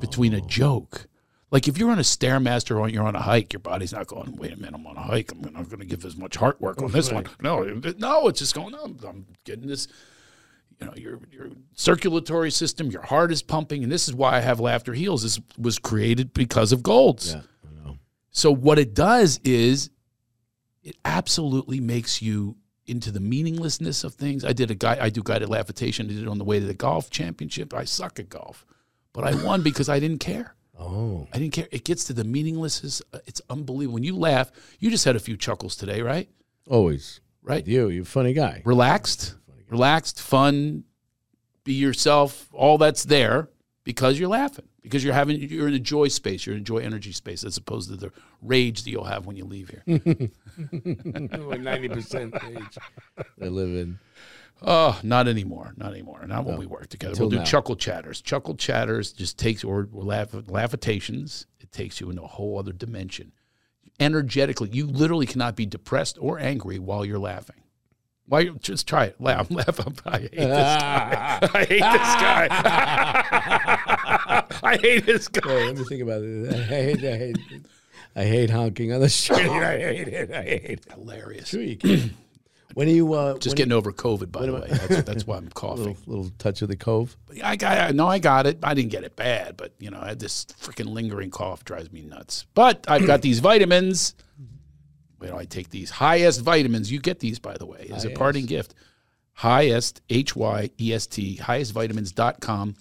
Speaker 1: between a joke. Like if you're on a stairmaster or you're on a hike, your body's not going. Wait a minute, I'm on a hike. I'm not going to give as much heart work on this one. No, it- no, it's just going. I'm, I'm getting this. You know, your your circulatory system, your heart is pumping, and this is why I have laughter heals. This was created because of Golds. So what it does is it absolutely makes you into the meaninglessness of things. I did a guy I do guided laughitation. I did it on the way to the golf championship. I suck at golf, but I won because I didn't care.
Speaker 2: Oh,
Speaker 1: I didn't care. It gets to the meaninglessness. It's unbelievable. When you laugh, you just had a few chuckles today, right?
Speaker 2: always.
Speaker 1: Right?
Speaker 2: You, you're a funny guy.
Speaker 1: Relaxed, relaxed, fun, be yourself. All that's there because you're laughing. Because you're having you're in a joy space. You're in a joy energy space as opposed to the rage that you'll have when you leave here.
Speaker 7: Ninety percent age.
Speaker 2: I live in.
Speaker 1: Oh, not anymore. Not anymore. Not when we work together. We'll do
Speaker 2: now.
Speaker 1: chuckle chatters. Chuckle chatters just takes, or, or laugh, laughitations, it takes you into a whole other dimension. Energetically, you literally cannot be depressed or angry while you're laughing. Why? you Just try it. Laugh. [LAUGHS] Laugh. I hate this
Speaker 2: [LAUGHS]
Speaker 1: guy. I hate this guy. I hate this guy.
Speaker 2: Hey, let me think about it. [LAUGHS] I hate, I hate, I hate honking [LAUGHS] on the street. I hate it. I hate it.
Speaker 1: Hilarious.
Speaker 2: Sure, you can. [CLEARS THROAT] When are you uh,
Speaker 1: Just
Speaker 2: when
Speaker 1: getting over COVID, by the way. That's, that's why I'm
Speaker 2: [LAUGHS] a
Speaker 1: coughing.
Speaker 2: little, little touch of the cove.
Speaker 1: I got I, no, I got it. I didn't get it bad, but you know, I had this freaking lingering cough drives me nuts. But I've got these vitamins. Where do I take these highest vitamins? You get these, by the way, as a parting gift. Highest H Y E S T highestvitamins.com.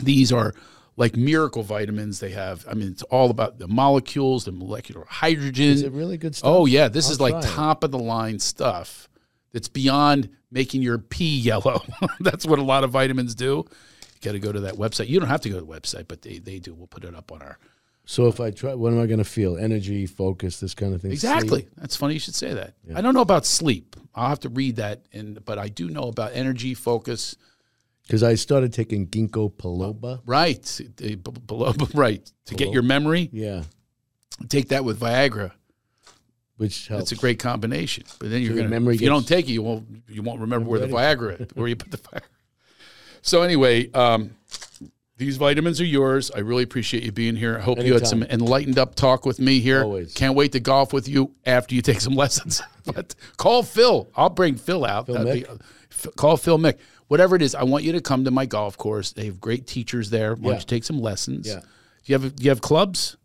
Speaker 1: These are like miracle vitamins. They have. I mean, it's all about the molecules, the molecular hydrogen.
Speaker 2: Is it really good stuff?
Speaker 1: Oh yeah, this is like
Speaker 2: try it.
Speaker 1: top of the line stuff. That's beyond making your pee yellow. [LAUGHS] That's what a lot of vitamins do. You got to go to that website. You don't have to go to the website, but they, they do. We'll put it up on our
Speaker 2: So if I try, what am I going to feel? Energy, focus, this kind of thing.
Speaker 1: exactly.
Speaker 2: Sleep?
Speaker 1: That's funny. You should say that. I don't know about sleep. I'll have to read that, and but I do know about energy, focus.
Speaker 2: Because I started taking ginkgo biloba.
Speaker 1: Right, The- b- below, [LAUGHS] right to get your memory.
Speaker 2: Yeah,
Speaker 1: Take that with Viagra.
Speaker 2: which helps.
Speaker 1: That's a great combination. But then you're
Speaker 2: your
Speaker 1: gonna
Speaker 2: memory
Speaker 1: if you don't
Speaker 2: gets-
Speaker 1: take it, you won't you won't remember where the Viagra
Speaker 2: [LAUGHS]
Speaker 1: where you put the Viagra. So anyway, um, these vitamins are yours. I really appreciate you being here. I hope you had some enlightened up talk with me here.
Speaker 2: Always.
Speaker 1: Can't wait to golf with you after you take [LAUGHS] some lessons. but call Phil. I'll bring Phil out. That'd
Speaker 2: Mick?
Speaker 1: be- f- call Phil Mick. whatever it is, I want you to come to my golf course. They have great teachers there. Why
Speaker 2: Yeah.
Speaker 1: don't you take some lessons?
Speaker 2: Yeah.
Speaker 1: Do you have do you have clubs?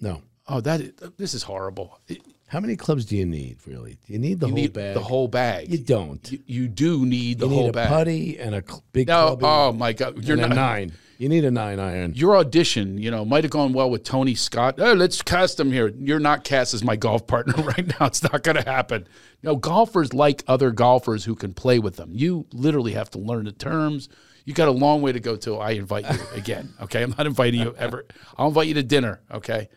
Speaker 2: No.
Speaker 1: Oh, that is, this is horrible. It-
Speaker 2: How many clubs do you need, really? Do you need the
Speaker 1: you
Speaker 2: whole
Speaker 1: need
Speaker 2: bag?
Speaker 1: the whole bag.
Speaker 2: You don't.
Speaker 1: You, you do need the
Speaker 2: you need
Speaker 1: whole
Speaker 2: a
Speaker 1: bag.
Speaker 2: putty and a cl- big
Speaker 1: No,
Speaker 2: club. and-
Speaker 1: oh my God, you're
Speaker 2: and
Speaker 1: not.
Speaker 2: a nine. You need a nine iron.
Speaker 1: Your audition, you know, might have gone well with Tony Scott. Oh, let's cast him here. You're not cast as my golf partner [LAUGHS] right now. It's not going to happen. You know, golfers like other golfers who can play with them. You literally have to learn the terms. You got a long way to go till I invite
Speaker 2: [LAUGHS]
Speaker 1: you again. Okay, I'm not inviting you ever. I'll invite you to dinner. Okay,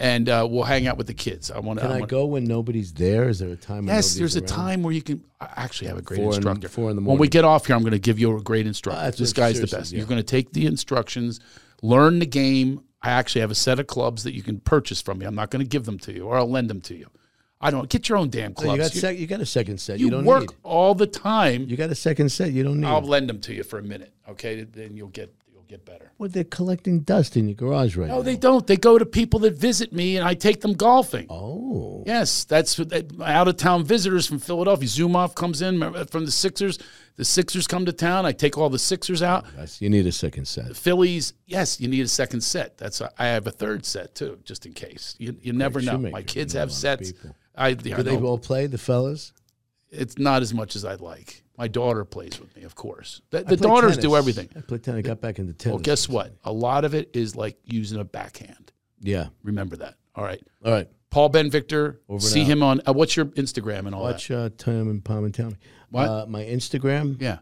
Speaker 1: and uh, we'll hang out with the kids. I want to.
Speaker 2: Can I go when nobody's there? Is there a time? when
Speaker 1: Yes,
Speaker 2: nobody's
Speaker 1: there's a
Speaker 2: around?
Speaker 1: time where you can I actually have a great
Speaker 2: Four in-
Speaker 1: instructor.
Speaker 2: four in the
Speaker 1: When we
Speaker 2: morning.
Speaker 1: get off here, I'm going to give you a great instructor.
Speaker 2: Ah, that's
Speaker 1: this
Speaker 2: it,
Speaker 1: guy's the
Speaker 2: seriously,
Speaker 1: best.
Speaker 2: yeah.
Speaker 1: You're going to take the instructions, learn the game. I actually have a set of clubs that you can purchase from me. I'm not going to give them to you, or I'll lend them to you. I don't get your own damn
Speaker 2: No,
Speaker 1: clubs.
Speaker 2: you, got
Speaker 1: You-
Speaker 2: sec- you got a second set. You,
Speaker 1: you
Speaker 2: don't
Speaker 1: work
Speaker 2: need.
Speaker 1: all the time.
Speaker 2: You got a second set. You don't need.
Speaker 1: I'll lend them to you for a minute. Okay, then you'll get you'll get better.
Speaker 2: Well, they're collecting dust in your garage right now.
Speaker 1: No, they don't. They go to people that visit me, and I take them golfing.
Speaker 2: Oh,
Speaker 1: Yes, that's what that, out of town visitors from Philadelphia. Zumov comes in remember, from the Sixers. The Sixers come to town. I take all the Sixers out.
Speaker 2: that's, you need a second set.
Speaker 1: Phillies, yes, you need a second set. That's I have a third set too, just in case. You, you never know.
Speaker 2: shoemaker.
Speaker 1: My
Speaker 2: You
Speaker 1: kids
Speaker 2: know a
Speaker 1: have
Speaker 2: lot of
Speaker 1: sets.
Speaker 2: people.
Speaker 1: I, yeah, I
Speaker 2: Do they
Speaker 1: know.
Speaker 2: all play the fellas?
Speaker 1: it's not as much as I'd like. My daughter plays with me, of course. The,
Speaker 2: I
Speaker 1: the
Speaker 2: play
Speaker 1: daughters do
Speaker 2: tennis.
Speaker 1: everything.
Speaker 2: I played tennis. Got back into tennis.
Speaker 1: Well, guess what? A lot of it is like using a backhand.
Speaker 2: Yeah.
Speaker 1: Remember that. All right.
Speaker 2: All right.
Speaker 1: Paul Ben Victor,
Speaker 2: and
Speaker 1: see
Speaker 2: out.
Speaker 1: him on uh, what's your Instagram and all that?
Speaker 2: Watch uh, Tom and Palm and Tommy.
Speaker 1: What?
Speaker 2: Uh, my Instagram.
Speaker 1: Yeah.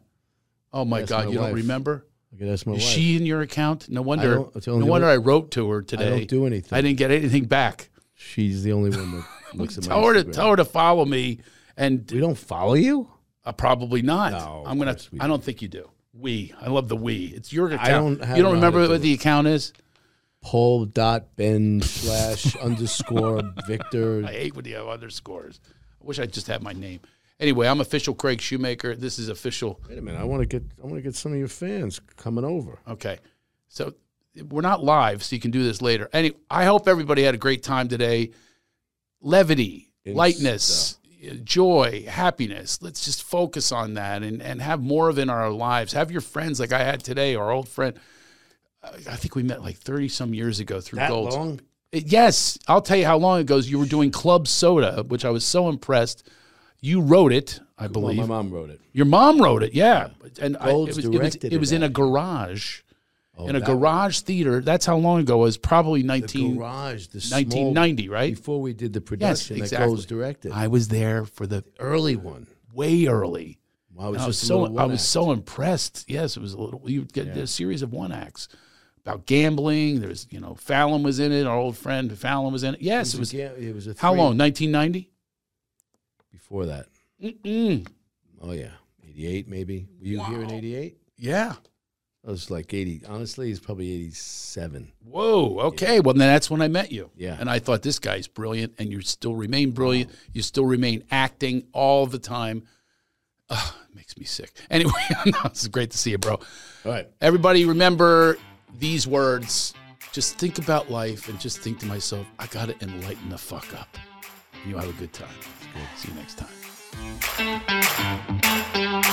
Speaker 1: Oh my
Speaker 2: That's
Speaker 1: God,
Speaker 2: my
Speaker 1: you don't
Speaker 2: wife.
Speaker 1: remember?
Speaker 2: I could ask my
Speaker 1: Is
Speaker 2: wife.
Speaker 1: she in your account? No wonder.
Speaker 2: don't- it's the
Speaker 1: No
Speaker 2: only
Speaker 1: wonder
Speaker 2: one-
Speaker 1: I wrote to her
Speaker 2: I
Speaker 1: today.
Speaker 2: don't do anything.
Speaker 1: I didn't get anything back.
Speaker 2: She's the only one that looks at my
Speaker 1: Tell her to
Speaker 2: Instagram.
Speaker 1: tell her to follow me, and
Speaker 2: We don't follow you.
Speaker 1: uh, probably not.
Speaker 2: No,
Speaker 1: I'm
Speaker 2: of
Speaker 1: gonna.
Speaker 2: course we
Speaker 1: I don't think you do. We. I love the we. It's your account.
Speaker 2: don't have
Speaker 1: you
Speaker 2: know
Speaker 1: don't
Speaker 2: how
Speaker 1: remember
Speaker 2: to do
Speaker 1: what the
Speaker 2: it.
Speaker 1: account is?
Speaker 2: Paul dot Ben
Speaker 1: [LAUGHS]
Speaker 2: slash underscore Victor.
Speaker 1: I hate when you have underscores. I wish I just had my name. Anyway, I'm official Craig Shoemaker. This is official.
Speaker 2: Wait a minute. I want to get. I want to get some of your fans coming over.
Speaker 1: Okay. So we're not live, so you can do this later. Any, I hope everybody had a great time today. Levity,
Speaker 2: It's, uh,
Speaker 1: lightness, joy, happiness. Let's just focus on that and, and have more of it in our lives. Have your friends like I had today, our old friend. I I think we met like 30 some years ago through
Speaker 2: That
Speaker 1: Gold's.
Speaker 2: long.
Speaker 1: It- Yes, I'll tell you how long ago you were doing Club Soda, which I was so impressed. You wrote it, I
Speaker 2: Well,
Speaker 1: believe.
Speaker 2: my mom wrote it.
Speaker 1: Your mom wrote it, yeah. And I, it
Speaker 2: Golds
Speaker 1: was, it was,
Speaker 2: directed
Speaker 1: it was
Speaker 2: it,
Speaker 1: in a garage, in a
Speaker 2: that-
Speaker 1: garage theater. That's how long ago it was, probably 19,
Speaker 2: Garage. The small-
Speaker 1: 1990, right?
Speaker 2: Before we did the production
Speaker 1: exactly.
Speaker 2: that goes directed.
Speaker 1: I was there for the
Speaker 2: early one.
Speaker 1: way early.
Speaker 2: Well, I was
Speaker 1: I was
Speaker 2: just a
Speaker 1: so
Speaker 2: little
Speaker 1: I
Speaker 2: one
Speaker 1: was
Speaker 2: act.
Speaker 1: so impressed. Yes, it was a little. You get a series of one acts about gambling. There's you know Fallon was in it. Our old friend Fallon was in it. Yes, it was.
Speaker 2: a ga- it was a
Speaker 1: how
Speaker 2: three
Speaker 1: long? 1990.
Speaker 2: before that?
Speaker 1: Mm-mm.
Speaker 2: Oh yeah, eighty eight maybe. Were you here in eighty eight?
Speaker 1: Yeah.
Speaker 2: I was like eighty. Honestly, it's probably eighty seven.
Speaker 1: Whoa. Okay. Well, then that's when I met you.
Speaker 2: Yeah.
Speaker 1: And I thought this guy's brilliant, and you still remain brilliant. You still remain acting all the time. Ugh, it makes me sick. [LAUGHS] Anyway, it's great to see you, bro.
Speaker 2: All right.
Speaker 1: Everybody, remember these words. Just think about life, and just think to myself, I gotta enlighten the fuck up. You have a good time. See you next time.